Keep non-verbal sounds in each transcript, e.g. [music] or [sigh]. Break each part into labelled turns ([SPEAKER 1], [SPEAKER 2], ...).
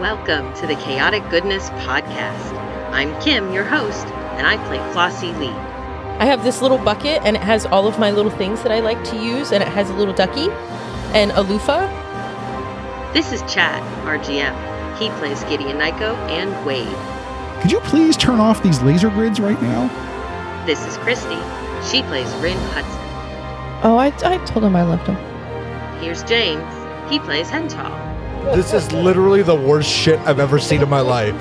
[SPEAKER 1] Welcome to the Chaotic Goodness Podcast. I'm Kim, your host, and I play Flossie Lee.
[SPEAKER 2] I have this little bucket and it has all of my little things that I like to use and it has a little ducky and a loofah.
[SPEAKER 1] This is Chad, our GM. He plays Gideon Nyko and Wade.
[SPEAKER 3] Could you please turn off these laser grids right now?
[SPEAKER 1] This is Christy. She plays Rin Hudson.
[SPEAKER 2] Oh, I, I told him I loved him.
[SPEAKER 1] Here's James. He plays Hental.
[SPEAKER 4] This is literally the worst shit I've ever seen in my life.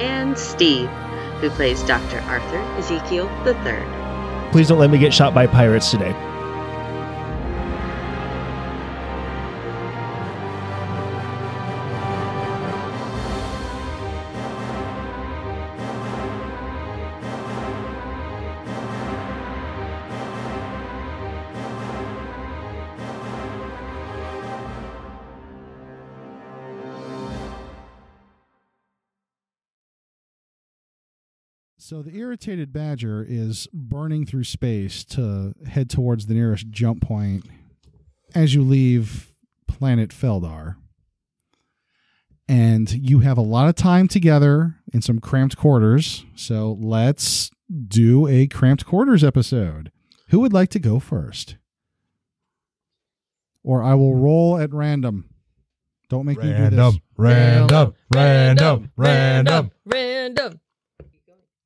[SPEAKER 1] And Steve, who plays Dr. Arthur Ezekiel III.
[SPEAKER 5] Please don't let me get shot by pirates today.
[SPEAKER 3] So the irritated badger is burning through space to head towards the nearest jump point as you leave planet Feldar. And you have a lot of time together in some cramped quarters. So let's do a cramped quarters episode. Who would like to go first? Or I will roll at random. Don't make me do this.
[SPEAKER 4] Random, random, random, random.
[SPEAKER 2] Random.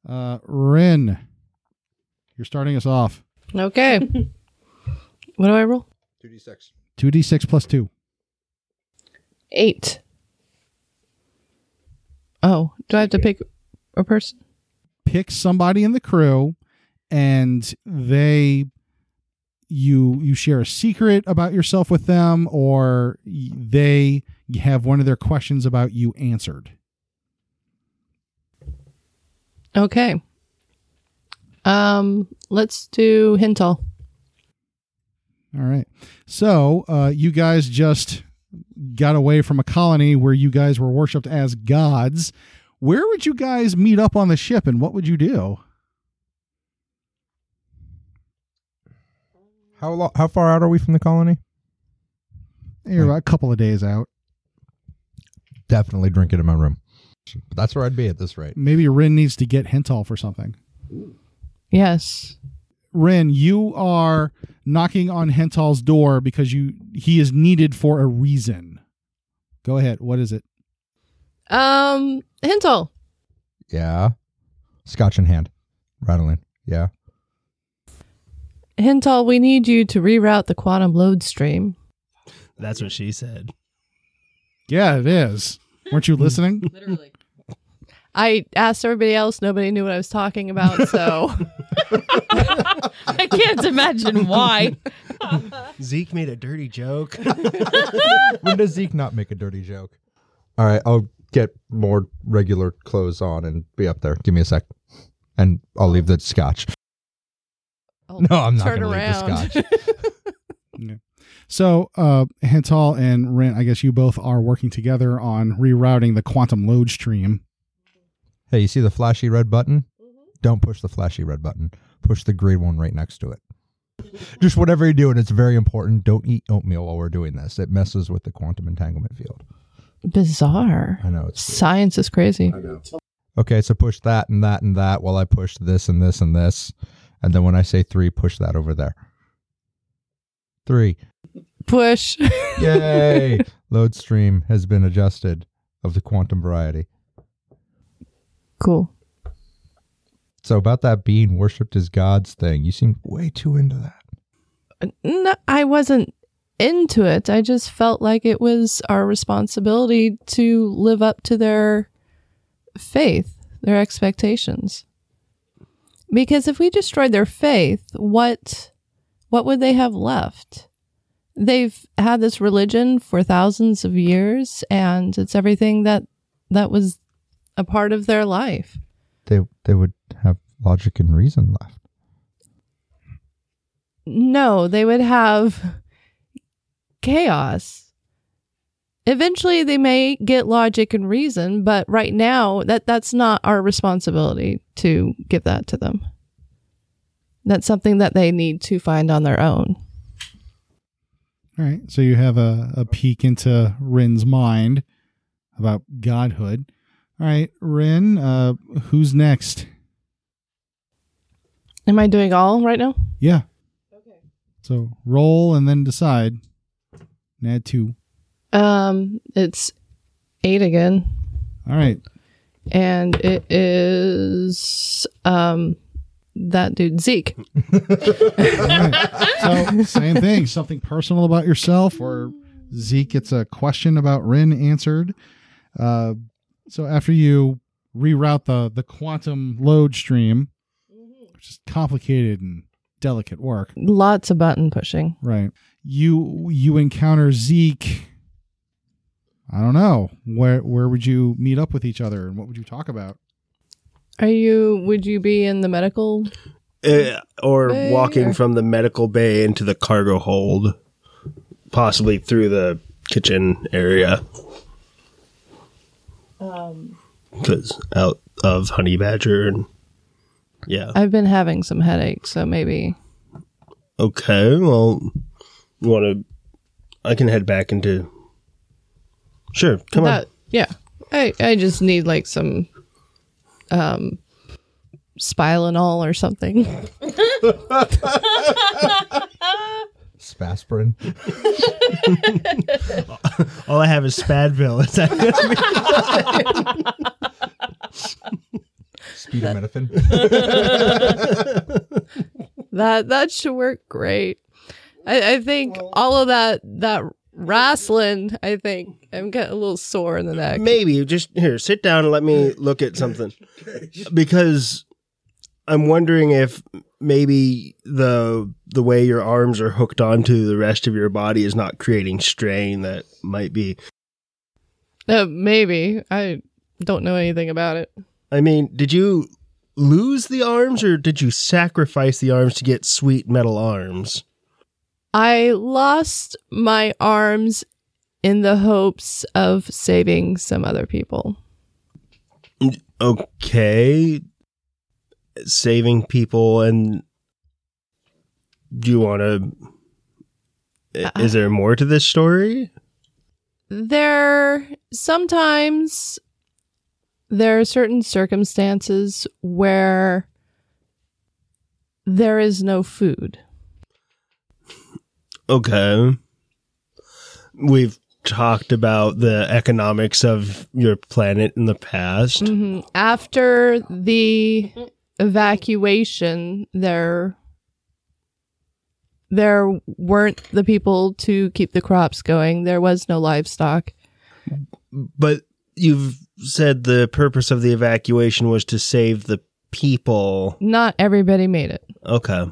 [SPEAKER 3] Uh, Rin, you're starting us off.
[SPEAKER 2] [laughs]
[SPEAKER 6] Okay. what do I roll?
[SPEAKER 4] 2d6.
[SPEAKER 3] 2d6 plus 2.
[SPEAKER 6] Eight. Oh, do I have to pick a person?
[SPEAKER 3] pick somebody in the crew and they you you share a secret about yourself with them or y- they have one of their questions about you answered
[SPEAKER 6] Okay. Um, let's do Hintal.
[SPEAKER 3] all right so uh, you guys just got away from a colony where you guys were worshipped as gods where would you guys meet up on the ship and what would you do
[SPEAKER 4] How, lo- how far out are we from the colony?
[SPEAKER 3] you're about a couple of days out
[SPEAKER 4] Definitely drink it in my room. That's where I'd be at this rate.
[SPEAKER 3] maybe rin needs to get hental for something
[SPEAKER 6] Yes.
[SPEAKER 3] Ren, you are knocking on Hental's door because you he is needed for a reason. Go ahead. What is it?
[SPEAKER 6] Um, Hintal.
[SPEAKER 4] Yeah. Scotch in hand. Rattling. Yeah.
[SPEAKER 6] Hintal, we need you to reroute the quantum load stream.
[SPEAKER 5] That's what she said.
[SPEAKER 3] Yeah, it is. Weren't you listening?
[SPEAKER 2] Literally.
[SPEAKER 6] I asked everybody else, nobody knew what I was talking about, so
[SPEAKER 2] [laughs] I can't imagine why.
[SPEAKER 5] Zeke made a dirty
[SPEAKER 7] [laughs]
[SPEAKER 5] joke.
[SPEAKER 4] [laughs] when does Zeke not make a dirty joke? All right, I'll get more regular clothes on and be up there. Give me a sec. And I'll leave the scotch.
[SPEAKER 6] I'll
[SPEAKER 4] No, I'm not going
[SPEAKER 6] turn
[SPEAKER 4] to leave the
[SPEAKER 6] around.
[SPEAKER 4] scotch.
[SPEAKER 3] so, uh, Hental and Ren, I guess you both are working together on rerouting the quantum load stream.
[SPEAKER 4] Hey, you see the flashy red button? Don't push the flashy red button. Push the green one right next to it. Just whatever you're doing, it's very important. Don't eat oatmeal while we're doing this. It messes with the quantum entanglement field.
[SPEAKER 6] [laughs] Bizarre.
[SPEAKER 4] I know it's
[SPEAKER 6] Science is crazy.
[SPEAKER 4] okay. So push that and that and that while I push this and this and this, and then when I say three, push that over there. Three.
[SPEAKER 6] Push.
[SPEAKER 4] Yay! Load stream has been adjusted of the quantum variety.
[SPEAKER 6] cool.
[SPEAKER 4] So about that being worshipped as gods thing, you seem way too into that.
[SPEAKER 6] no, I wasn't into it. I just felt like it was our responsibility to live up to their faith, their expectations. Because if we destroyed their faith, what what would they have left? They've had this religion for thousands of years and it's everything that that was a part of their life.
[SPEAKER 4] They they would have logic and reason left.
[SPEAKER 6] No, they would have chaos. Eventually, they may get logic and reason, but right now, that that's not our responsibility to give that to them. That's something that they need to find on their own.
[SPEAKER 3] All right. So you have a, a peek into Rin's mind about godhood. All right, Rin, uh, who's next?
[SPEAKER 6] Am I doing all right now?
[SPEAKER 3] Yeah. Okay. So roll and then decide. Add two.
[SPEAKER 6] Um, it's eight again,
[SPEAKER 3] All right.
[SPEAKER 6] and it is um that dude Zeke.
[SPEAKER 3] So same thing. Something personal about yourself, or Zeke gets a question about Rin answered. Uh, so after you reroute the the quantum load stream, which is complicated and delicate work,
[SPEAKER 6] Lots of button pushing.
[SPEAKER 3] right? You you encounter Zeke. I don't know where where would you meet up with each other, and what would you talk about?
[SPEAKER 6] Are you? Would you be in the medical?
[SPEAKER 7] Uh, or
[SPEAKER 6] Bay
[SPEAKER 7] walking
[SPEAKER 6] or-
[SPEAKER 7] from the medical bay into the cargo hold, possibly through the kitchen area. Because out of Honey Badger and. Yeah.
[SPEAKER 6] I've been having some headaches, so maybe.
[SPEAKER 7] Okay, well, you want to. I can head back into. Sure, come on.
[SPEAKER 6] that, Yeah. I, I just need like some um Spylanol or something. [laughs]
[SPEAKER 4] Spaspirin.
[SPEAKER 5] All I have is Spadville. [laughs] Is that gonna be-
[SPEAKER 4] Speedometaphin.
[SPEAKER 6] That that should work great. I, I think all of that that wrestling, I think I'm getting a little sore in the neck.
[SPEAKER 7] Maybe just here, sit down and let me look at something. Because I'm wondering if maybe the the way your arms are hooked onto the rest of your body is not creating strain that might be
[SPEAKER 6] Uh, maybe. I don't know anything about it.
[SPEAKER 7] I mean, did you lose the arms or did you sacrifice the arms to get sweet metal arms?
[SPEAKER 6] I lost my arms in the hopes of saving some other people.
[SPEAKER 7] Okay. Saving people and do you want to Is there more to this story?
[SPEAKER 6] there sometimes there are certain circumstances where there is no food.
[SPEAKER 7] Okay. We've talked about the economics of your planet in the past.
[SPEAKER 6] Mhm. After the evacuation, there there weren't the people to keep the crops going. There was no livestock.
[SPEAKER 7] But you've said the purpose of the evacuation was to save the people.
[SPEAKER 6] Not everybody made it.
[SPEAKER 7] Okay.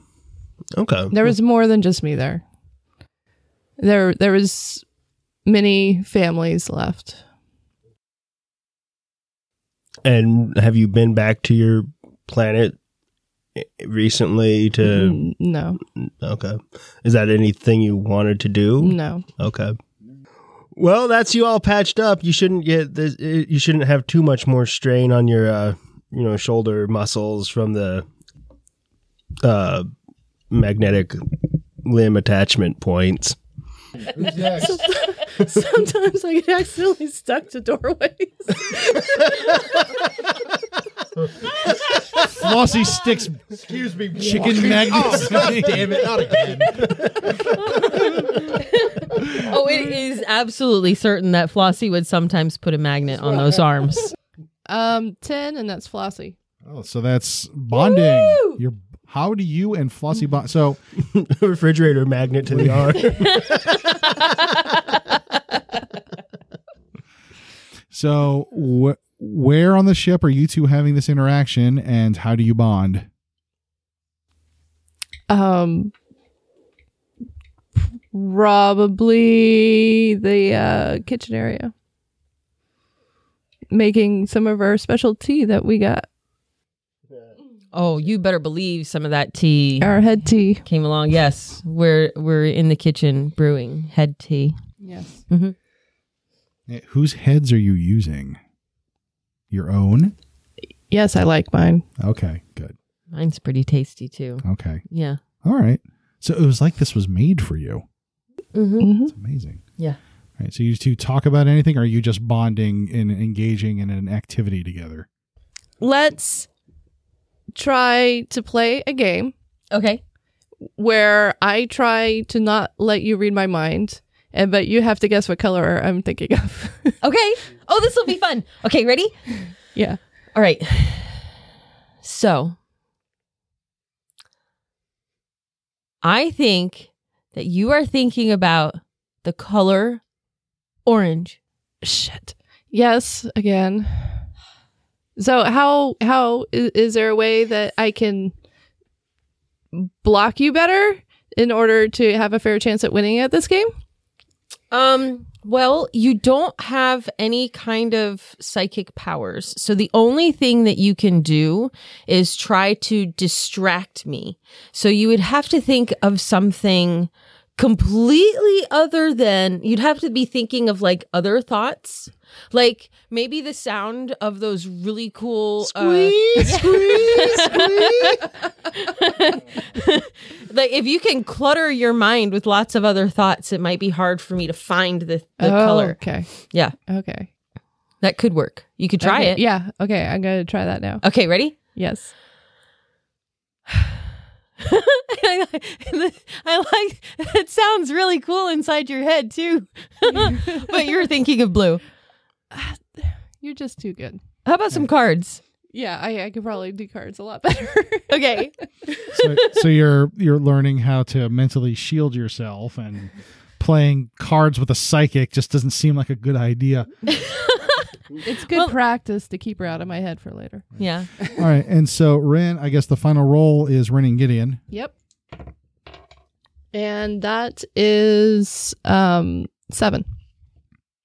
[SPEAKER 7] Okay.
[SPEAKER 6] There was more than just me there. There there was many families left.
[SPEAKER 7] And have you been back to your planet recently to
[SPEAKER 6] Mm, no.
[SPEAKER 7] Okay. Is that anything you wanted to do?
[SPEAKER 6] [laughs] No.
[SPEAKER 7] Okay. Well, that's you all patched up. You shouldn't get this it- you shouldn't have too much more strain on your uh, you know, shoulder muscles from the uh magnetic limb attachment points. [laughs]
[SPEAKER 2] Sometimes I get accidentally stuck to doorways.
[SPEAKER 3] Flossy sticks. Excuse me. Chicken [laughs] magnets. damn it! Not again.
[SPEAKER 2] Oh, it is absolutely certain that Flossie would sometimes put a magnet on those arms.
[SPEAKER 6] [laughs] Um, ten, and that's Flossie.
[SPEAKER 3] Oh, so that's bonding. You're how do you and Flossie bond? So
[SPEAKER 7] Refrigerator magnet
[SPEAKER 3] [laughs]
[SPEAKER 7] to the
[SPEAKER 3] Uh,
[SPEAKER 7] arm.
[SPEAKER 3] so wh- where on the ship are you two having this interaction, and how do you bond?
[SPEAKER 6] Um, probably the uh, kitchen area, making some of our special tea that we got,
[SPEAKER 2] Oh, you better believe some of that tea
[SPEAKER 6] our head tea.
[SPEAKER 2] came along. Yes, we're we're in the kitchen brewing head tea.
[SPEAKER 6] Yes.
[SPEAKER 2] Mhm.
[SPEAKER 3] Eh, Whose heads are you using? Your own?
[SPEAKER 6] Yes, I like mine.
[SPEAKER 3] Okay, good.
[SPEAKER 2] Mine's pretty tasty too.
[SPEAKER 3] Okay.
[SPEAKER 2] Yeah.
[SPEAKER 3] All right. So it was like this was made for you.
[SPEAKER 2] Mm-hmm.
[SPEAKER 6] hmm
[SPEAKER 3] It's amazing.
[SPEAKER 2] Yeah.
[SPEAKER 3] All right. So you two talk about anything or are you just bonding and engaging in an activity together?
[SPEAKER 6] Let's try to play a game
[SPEAKER 2] Okay.
[SPEAKER 6] where I try to not let you read my mind, and but you have to guess what color I'm thinking of. [laughs]
[SPEAKER 2] Okay. Oh, this will be fun. Okay, ready?
[SPEAKER 6] yeah.
[SPEAKER 2] All right. So, I think that you are thinking about the color orange.
[SPEAKER 6] Shit. Yes, again. So how how is, is there a way that I can block you better in order to have a fair chance at winning at this game?
[SPEAKER 2] Um, well, you don't have any kind of psychic powers. So the only thing that you can do is try to distract me. So you would have to think of something completely other than you'd have to be thinking of like other thoughts. Like maybe the sound of those really cool uh,
[SPEAKER 7] Squeeze, squeeze,
[SPEAKER 3] [laughs]
[SPEAKER 7] squeeze.
[SPEAKER 2] like if you can clutter your mind with lots of other thoughts, it might be hard for me to find the, the
[SPEAKER 6] Oh,
[SPEAKER 2] color.
[SPEAKER 6] Okay.
[SPEAKER 2] Yeah.
[SPEAKER 6] Okay.
[SPEAKER 2] That could work. You could try
[SPEAKER 6] Okay.
[SPEAKER 2] it.
[SPEAKER 6] Yeah. Okay. I'm gonna try that now.
[SPEAKER 2] Okay, ready? [laughs]
[SPEAKER 6] Yes.
[SPEAKER 2] I like it sounds really cool inside your head too. [laughs] but you're thinking of blue.
[SPEAKER 6] You're just too good.
[SPEAKER 2] How about some cards?
[SPEAKER 6] Yeah, I, I could probably do cards a lot [laughs] better.
[SPEAKER 2] Okay.
[SPEAKER 3] So, so you're you're learning how to mentally shield yourself and playing cards with a psychic just doesn't seem like a good idea.
[SPEAKER 6] it's good
[SPEAKER 2] Well-
[SPEAKER 6] practice to keep her out of my head for later.
[SPEAKER 2] Yeah.
[SPEAKER 3] All right. And so Ren, I guess the final roll is Ren and Gideon.
[SPEAKER 6] Yep. And that is um seven.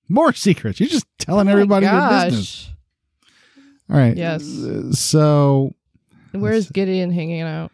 [SPEAKER 3] More secrets. You're just telling everybody your business. Uh, All right.
[SPEAKER 6] Oh Yes.
[SPEAKER 3] So,
[SPEAKER 6] Where's Gideon hanging out?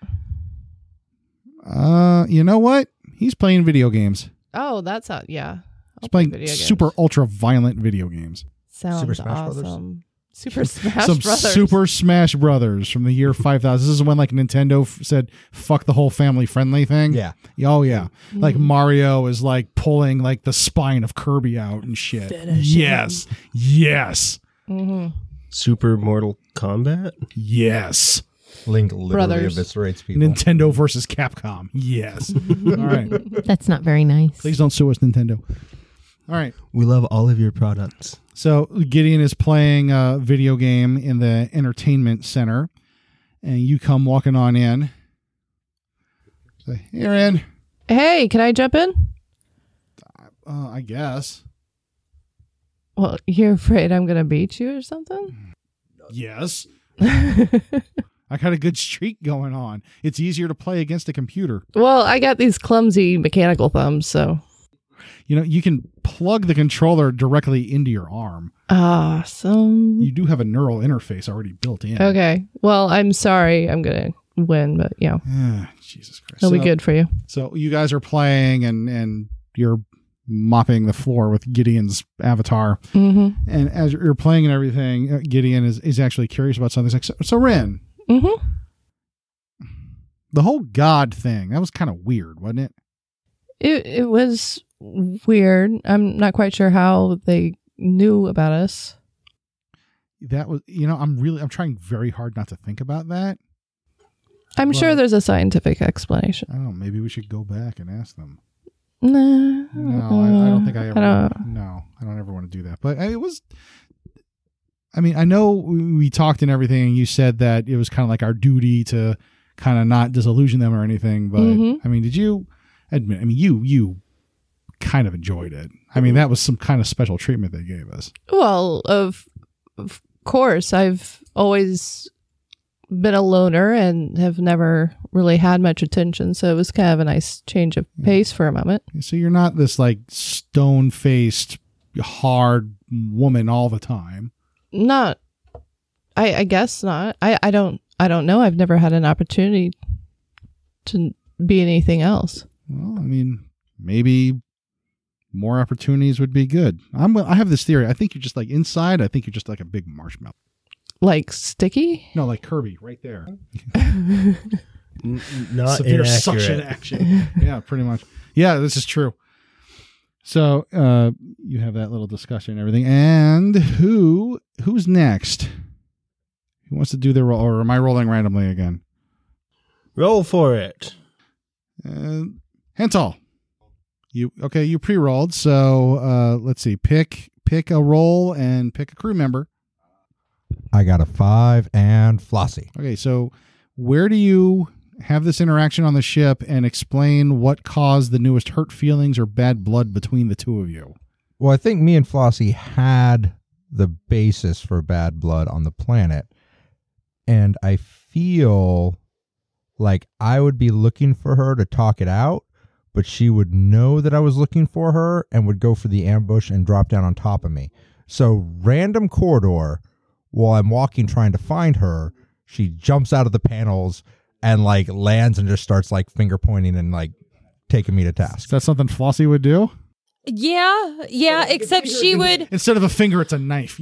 [SPEAKER 3] uh, you know what? He's playing video games.
[SPEAKER 6] Oh, that's out. Yeah.
[SPEAKER 3] He's playing super ultra violent video games.
[SPEAKER 6] Sounds
[SPEAKER 4] Super Smash Brothers?
[SPEAKER 6] awesome. Super Smash
[SPEAKER 3] Some
[SPEAKER 6] Brothers.
[SPEAKER 3] Super Smash Brothers from the year 5000. This is when like Nintendo f- said fuck the whole family friendly thing.
[SPEAKER 4] Yeah.
[SPEAKER 3] Oh yeah. Like
[SPEAKER 6] Mm.
[SPEAKER 3] Mario is like pulling like the spine of Kirby out and shit. yes. Yes.
[SPEAKER 6] Mhm.
[SPEAKER 7] Super Mortal Kombat.
[SPEAKER 3] Yes.
[SPEAKER 4] Link literally
[SPEAKER 6] Brothers.
[SPEAKER 4] eviscerates people.
[SPEAKER 3] Nintendo versus Capcom. Yes. All right.
[SPEAKER 2] That's not very nice.
[SPEAKER 3] Please don't sue us Nintendo. All right.
[SPEAKER 7] We love all of your products.
[SPEAKER 3] So Gideon is playing a video game in the entertainment center, and you come walking on in. Say, hey, Ren.
[SPEAKER 6] Hey, can I jump in?
[SPEAKER 3] Uh, I guess.
[SPEAKER 6] Well, you're afraid I'm gonna beat you or something?
[SPEAKER 3] Yes. I got a good streak going on. It's easier to play against a computer.
[SPEAKER 6] well, I got these clumsy mechanical thumbs, so
[SPEAKER 3] You know, you can plug the controller directly into your arm.
[SPEAKER 6] awesome.
[SPEAKER 3] You do have a neural interface already built in.
[SPEAKER 6] Okay. Well, I'm sorry. I'm gonna win, but you know,
[SPEAKER 3] Ah, Jesus Christ.
[SPEAKER 6] it'll be
[SPEAKER 3] So-
[SPEAKER 6] good for you.
[SPEAKER 3] So you guys are playing, and and you're mopping the floor with Gideon's avatar.
[SPEAKER 6] Mm-hmm.
[SPEAKER 3] and as you're playing and everything, uh, Gideon is, is actually curious about something. He's like, so, so Ren,
[SPEAKER 6] Mm-hmm.
[SPEAKER 3] the whole God thing, that was kind of weird, wasn't it?
[SPEAKER 6] It it was weird. I'm not quite sure how they knew about us.
[SPEAKER 3] That was, you know, I'm really, I'm trying very hard not to think about that.
[SPEAKER 6] I'm
[SPEAKER 3] Well-
[SPEAKER 6] sure there's a scientific explanation.
[SPEAKER 3] I don't know. Maybe we should go back and ask them.
[SPEAKER 6] Nah,
[SPEAKER 3] No, I, I don't think I
[SPEAKER 6] I
[SPEAKER 3] ever,
[SPEAKER 6] don't-
[SPEAKER 3] no, I don't ever want to do that. But I- it was, I mean, I know we we talked and everything, and you said that it was kind of like our duty to kind of not disillusion them or anything. But
[SPEAKER 6] Mhm.
[SPEAKER 3] I mean, did you admit? I mean, you you kind of enjoyed it. I mean, that was some kind of special treatment they gave us.
[SPEAKER 6] Well, of of course, I've always been a loner and have never really had much attention, so it was kind of a nice change of pace for a moment.
[SPEAKER 3] So you're not this like stone faced hard woman all the time.
[SPEAKER 6] Not, I I guess not. I I don't I don't know. I've never had an opportunity to be anything else.
[SPEAKER 3] Well, I mean, maybe more opportunities would be good. I'm I have this theory. I think you're just like inside. I think you're just like a big marshmallow. [laughs]
[SPEAKER 6] Like sticky?
[SPEAKER 3] No, like Kirby right there.
[SPEAKER 7] N- not
[SPEAKER 3] Severe
[SPEAKER 7] inaccurate.
[SPEAKER 3] suction action. yeah, pretty much. Yeah, this is true. So uh, you have that little discussion and everything. And who who's next? Who wants to do their roll? Or am I rolling randomly again?
[SPEAKER 7] Roll for it.
[SPEAKER 3] Uh, Hental. You okay? You pre-rolled, so uh, let's see. Pick pick a roll and pick a crew member.
[SPEAKER 4] I got a five and Flossie.
[SPEAKER 3] Okay, so where do you have this interaction on the ship and explain what caused the newest hurt feelings or bad blood between the two of you?
[SPEAKER 4] Well, I think me and Flossie had the basis for bad blood on the planet. And I feel like I would be looking for her to talk it out, but she would know that I was looking for her and would go for the ambush and drop down on top of me. So, random corridor, while I'm walking trying to find her, she jumps out of the panels and like lands and just starts like finger pointing and like taking me to
[SPEAKER 3] Is
[SPEAKER 4] task.
[SPEAKER 3] that something Flossie would do?
[SPEAKER 2] Yeah, yeah, except she would
[SPEAKER 3] Instead of a finger, it's a knife.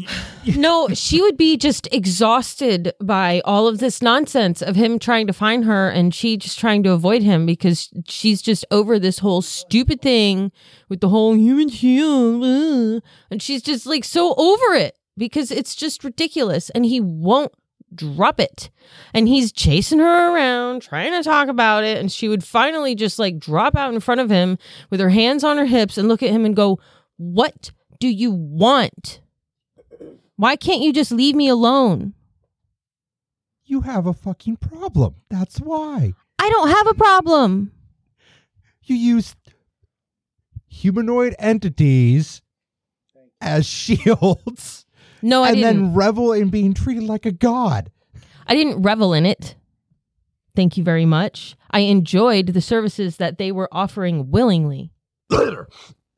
[SPEAKER 2] [laughs] no, she would be just exhausted by all of this nonsense of him trying to find her and she just trying to avoid him because she's just over this whole stupid thing with the whole human shield. uh, And she's just like so over it because it's just ridiculous and he won't drop it. And he's chasing her around trying to talk about it and she would finally just like drop out in front of him with her hands on her hips and look at him and go, "What do you want?" Why can't you just leave me alone?
[SPEAKER 4] You have a fucking problem. That's why.
[SPEAKER 2] I don't have a problem.
[SPEAKER 4] you use humanoid entities as [laughs] shields
[SPEAKER 2] No, I
[SPEAKER 4] and
[SPEAKER 2] didn't.
[SPEAKER 4] then revel in being treated like a god.
[SPEAKER 2] I didn't revel in it. Thank you very much. I enjoyed the services that they were offering willingly.
[SPEAKER 4] It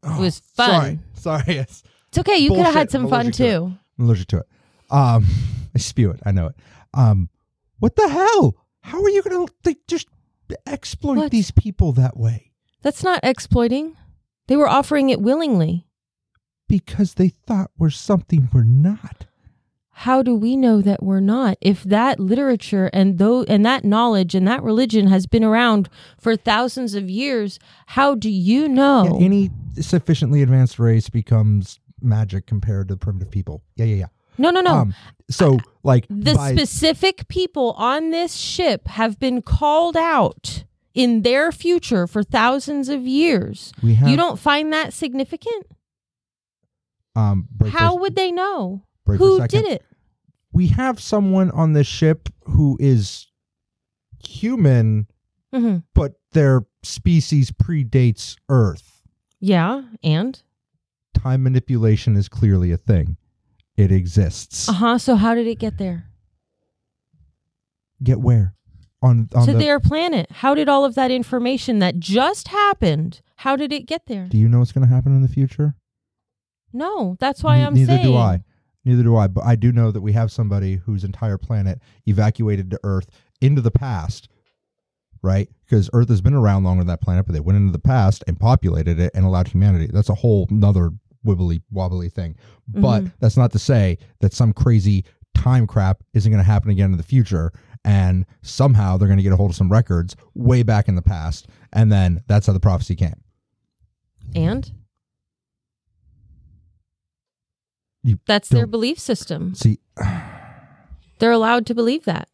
[SPEAKER 2] was fun.
[SPEAKER 4] Oh, Sorry, sorry. Yes.
[SPEAKER 2] It's okay. You could have
[SPEAKER 4] Bullshit.
[SPEAKER 2] had some
[SPEAKER 4] I'm
[SPEAKER 2] fun
[SPEAKER 4] allergic to it.
[SPEAKER 2] too.
[SPEAKER 4] I'm allergic to it. Um, [laughs] I spew it. I know it. Um, what the hell? How are you going to like, just exploit
[SPEAKER 2] What?
[SPEAKER 4] these people that way?
[SPEAKER 2] That's not exploiting. They were offering it willingly.
[SPEAKER 4] Because they thought we're something we're not.
[SPEAKER 2] How do we know that we're not? If that literature and though and that knowledge and that religion has been around for thousands of years, how do you
[SPEAKER 4] Yeah,
[SPEAKER 2] know?
[SPEAKER 4] any sufficiently advanced race becomes magic compared to primitive people. Yeah, yeah, yeah.
[SPEAKER 2] no, no, no.
[SPEAKER 4] Um, so like
[SPEAKER 2] the
[SPEAKER 4] by-
[SPEAKER 2] specific people on this ship have been called out in their future for thousands of years.
[SPEAKER 4] we have
[SPEAKER 2] You don't find that significant?
[SPEAKER 4] um break for a
[SPEAKER 2] How
[SPEAKER 4] s-
[SPEAKER 2] would they know
[SPEAKER 4] break for a
[SPEAKER 2] who
[SPEAKER 4] second.
[SPEAKER 2] did it?
[SPEAKER 4] We have someone on this ship who is human,
[SPEAKER 2] hmm
[SPEAKER 4] but their species predates Earth.
[SPEAKER 2] Yeah, and
[SPEAKER 4] Time manipulation is clearly a thing. It exists.
[SPEAKER 2] uh huh. So how did it get there
[SPEAKER 4] Get where? On on
[SPEAKER 2] to
[SPEAKER 4] the,
[SPEAKER 2] their planet? How did all of that information that just happened? How did it get there?
[SPEAKER 4] Do you know what's going to happen in the future?
[SPEAKER 2] No, that's why
[SPEAKER 4] Ne-
[SPEAKER 2] I'm
[SPEAKER 4] neither
[SPEAKER 2] saying.
[SPEAKER 4] do I. Neither do I. But I do know that we have somebody whose entire planet evacuated to Earth into the past, right? Because Earth has been around longer than that planet, but they went into the past and populated it and allowed humanity. That's a whole nother wibbly wobbly thing. But
[SPEAKER 2] Mm-hmm.
[SPEAKER 4] that's not to say that some crazy time crap isn't going to happen again in the future. And somehow they're going to get a hold of some records way back in the past. And then that's how the prophecy came.
[SPEAKER 2] And
[SPEAKER 4] You
[SPEAKER 2] that's their
[SPEAKER 4] don't-
[SPEAKER 2] belief system.
[SPEAKER 4] See,
[SPEAKER 2] They're allowed to believe that.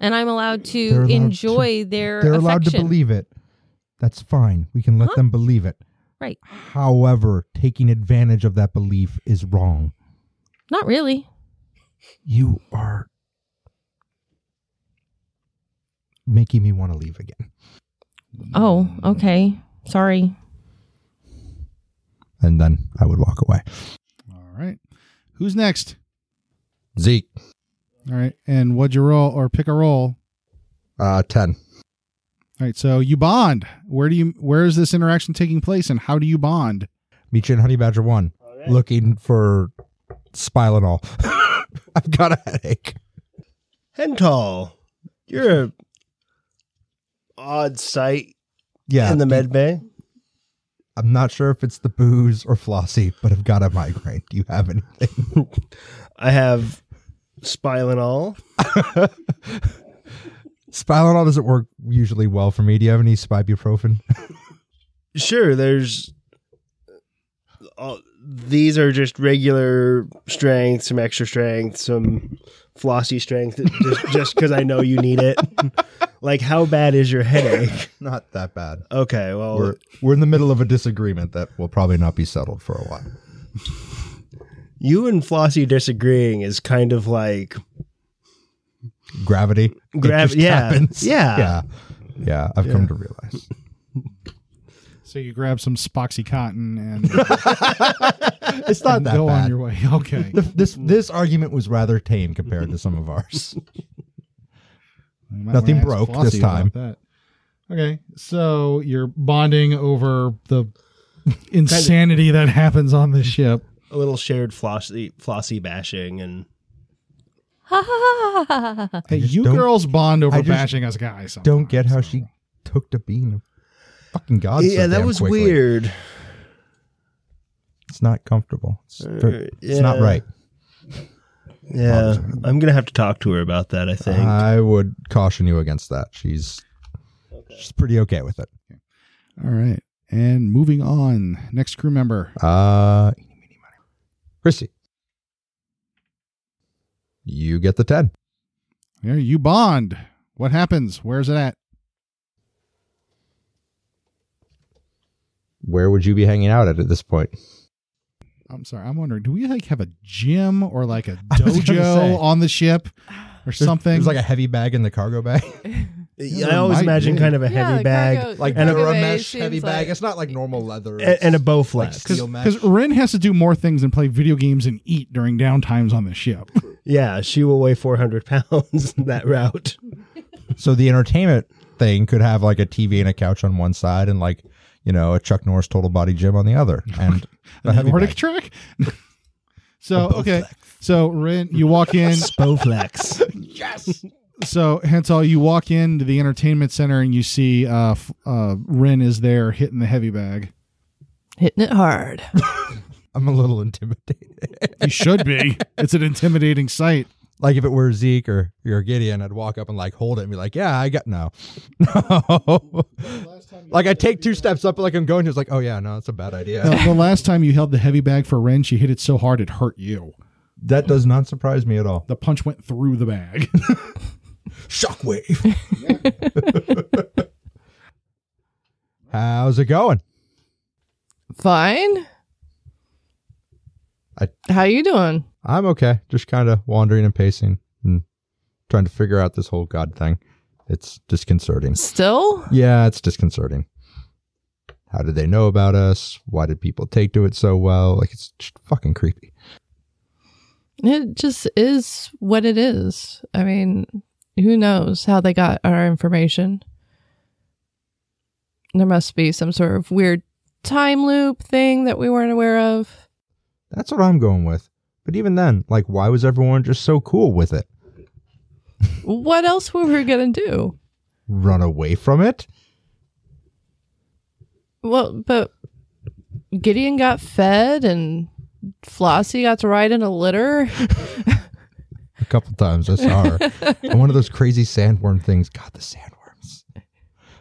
[SPEAKER 2] And I'm allowed to
[SPEAKER 4] They're allowed to-
[SPEAKER 2] enjoy their
[SPEAKER 4] they're
[SPEAKER 2] affection.
[SPEAKER 4] allowed to believe it. That's fine. We can let
[SPEAKER 2] Huh?
[SPEAKER 4] them believe it.
[SPEAKER 2] Right.
[SPEAKER 4] However, taking advantage of that belief is wrong.
[SPEAKER 2] Not really.
[SPEAKER 4] You are making me want to leave again.
[SPEAKER 2] Oh, okay. Sorry.
[SPEAKER 4] And then I would walk away.
[SPEAKER 3] All right. Who's next?
[SPEAKER 4] Zeke,
[SPEAKER 3] All right. And what'd you roll or pick a roll?
[SPEAKER 4] uh, 10.
[SPEAKER 3] All right. So you bond. Where do you? Where is this interaction taking place, and how do you bond?
[SPEAKER 4] Meet you in Honey Badger 1, looking for Spylanol. [laughs] I've got a headache.
[SPEAKER 7] Hental, you're a odd sight
[SPEAKER 4] Yeah.
[SPEAKER 7] in the med bay.
[SPEAKER 4] I'm not sure if it's the booze or Flossie, but I've got a migraine. Do you have anything?
[SPEAKER 7] I have Spylinol.
[SPEAKER 4] Spilinol doesn't work usually well for me. Do you have any spibuprofen? [laughs]
[SPEAKER 7] Sure, there's. all these are just regular strength, some extra strength, some flossy strength, just just because I know you need it. [laughs] like, how bad is your headache?
[SPEAKER 4] not that bad.
[SPEAKER 7] Okay, well,
[SPEAKER 4] We're we're in the middle of a disagreement that will probably not be settled for a while.
[SPEAKER 7] you and Flossie disagreeing is kind of like
[SPEAKER 4] Gravity. It
[SPEAKER 7] Grav-
[SPEAKER 4] just
[SPEAKER 7] yeah.
[SPEAKER 4] happens.
[SPEAKER 7] Yeah.
[SPEAKER 4] Yeah. Yeah. I've come to realize.
[SPEAKER 3] So you grab some Spoxy cotton
[SPEAKER 4] [laughs]
[SPEAKER 3] and
[SPEAKER 4] [laughs] it's not that
[SPEAKER 3] go
[SPEAKER 4] bad.
[SPEAKER 3] on your way. [laughs] Okay.
[SPEAKER 4] The- this this argument was rather tame compared to some of ours.
[SPEAKER 3] You might
[SPEAKER 4] Nothing
[SPEAKER 3] wanna ask
[SPEAKER 4] broke this
[SPEAKER 3] Flossie
[SPEAKER 4] time.
[SPEAKER 3] about that. Okay, so you're bonding over
[SPEAKER 4] [laughs]
[SPEAKER 3] the insanity that happens on this ship.
[SPEAKER 7] a little shared Flossie Flossie bashing, and
[SPEAKER 3] Hey,
[SPEAKER 4] just
[SPEAKER 3] you
[SPEAKER 4] don't-
[SPEAKER 3] girls bond over
[SPEAKER 4] I just
[SPEAKER 3] bashing us guys.
[SPEAKER 4] [laughs]
[SPEAKER 3] sometimes,
[SPEAKER 4] Don't get how
[SPEAKER 3] so.
[SPEAKER 4] she took to being a fucking god. so
[SPEAKER 7] yeah, that
[SPEAKER 4] damn
[SPEAKER 7] was
[SPEAKER 4] quickly.
[SPEAKER 7] weird.
[SPEAKER 4] It's not comfortable. It's, ver- it's
[SPEAKER 7] yeah.
[SPEAKER 4] not right.
[SPEAKER 7] Yeah, I'm gonna have to talk to her about that. I think.
[SPEAKER 4] I would caution you against that. She's she's pretty okay with it.
[SPEAKER 3] All right, and moving on. Next crew member.
[SPEAKER 4] Uh, Chrissy, you get the ten.
[SPEAKER 3] There you bond. What happens? Where's it at?
[SPEAKER 4] Where would you be hanging out at at this point?
[SPEAKER 3] I'm sorry. I'm wondering. Do we like have a gym or like a
[SPEAKER 4] [laughs] I was gonna say.
[SPEAKER 3] dojo on the ship or something?
[SPEAKER 4] There's like a heavy bag in the cargo bag,
[SPEAKER 3] Yeah,
[SPEAKER 7] I always
[SPEAKER 3] might
[SPEAKER 7] imagine
[SPEAKER 3] be.
[SPEAKER 7] kind of a
[SPEAKER 6] Yeah,
[SPEAKER 7] heavy
[SPEAKER 6] the
[SPEAKER 7] bag
[SPEAKER 6] cargo-
[SPEAKER 4] like
[SPEAKER 6] the
[SPEAKER 4] and a
[SPEAKER 6] cargo bay
[SPEAKER 4] ramesh heavy
[SPEAKER 6] seems
[SPEAKER 4] bag.
[SPEAKER 6] like-
[SPEAKER 4] It's not like normal leather.
[SPEAKER 7] and, and a bow
[SPEAKER 4] like
[SPEAKER 7] flex.
[SPEAKER 4] steel mesh.
[SPEAKER 3] because Rin has to do more things than play video games and eat during downtimes on the ship.
[SPEAKER 7] yeah, she will weigh 400 [laughs] pounds that route.
[SPEAKER 4] So the entertainment thing could have like a TV and a couch on one side, and like you know a Chuck Norris total body gym on the [laughs] other, and a heavy
[SPEAKER 3] Nordic
[SPEAKER 4] bag.
[SPEAKER 3] track. [laughs] so okay, so Rin, you walk in.
[SPEAKER 7] Bowflex.
[SPEAKER 3] [laughs] so Hansel, you walk into the entertainment center and you see uh, f- uh, Rin is there hitting the heavy bag.
[SPEAKER 6] hitting it hard.
[SPEAKER 4] [laughs] I'm a little intimidated.
[SPEAKER 3] You should be. it's an intimidating sight.
[SPEAKER 4] like if it were Zeke or or Gideon, I'd walk up and like hold it and be like, "Yeah, I got no, [laughs] no." like I take two steps up, like I'm going to, it's like, "Oh yeah, no, that's a bad
[SPEAKER 3] [laughs]
[SPEAKER 4] idea."
[SPEAKER 3] Now, the last time you held the heavy bag for Rin, she hit it so hard it hurt you.
[SPEAKER 4] that does not surprise me at all.
[SPEAKER 3] The punch went through the bag. [laughs]
[SPEAKER 4] Shockwave. [laughs] How's it going?
[SPEAKER 6] Fine.
[SPEAKER 4] I-
[SPEAKER 6] How you doing?
[SPEAKER 4] I'm okay. Just kind of wandering and pacing and trying to figure out this whole god thing. It's disconcerting.
[SPEAKER 6] Still?
[SPEAKER 4] Yeah, it's disconcerting. How did they know about us? Why did people take to it so well? Like it's just fucking creepy.
[SPEAKER 6] It just is what it is. I mean, who knows how they got our information? There must be some sort of weird time loop thing that we weren't aware of.
[SPEAKER 4] That's what I'm going with. But even then, like, why was everyone just so cool with it?
[SPEAKER 6] What else were we going to do?
[SPEAKER 4] Run away from it?
[SPEAKER 6] Well, but Gideon got fed and Flossie got to ride in a litter.
[SPEAKER 4] A couple times I saw her.
[SPEAKER 6] [laughs]
[SPEAKER 4] and one of those crazy sandworm things. God, the sandworms. [laughs]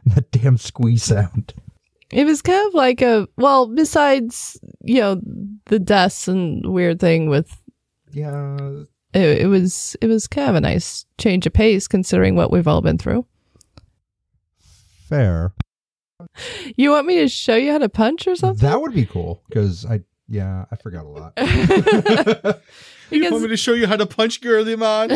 [SPEAKER 4] And that damn squeeze sound.
[SPEAKER 6] It was kind of like a well, besides you know the deaths and weird thing with
[SPEAKER 4] Yeah.
[SPEAKER 6] it, it was it was kind of a nice change of pace considering what we've all been through.
[SPEAKER 4] Fair.
[SPEAKER 6] You want me to show you how to punch or something?
[SPEAKER 4] That would be cool because I, yeah, I forgot a
[SPEAKER 6] [laughs]
[SPEAKER 4] lot.
[SPEAKER 6] because
[SPEAKER 3] to show you how to punch Girly Man?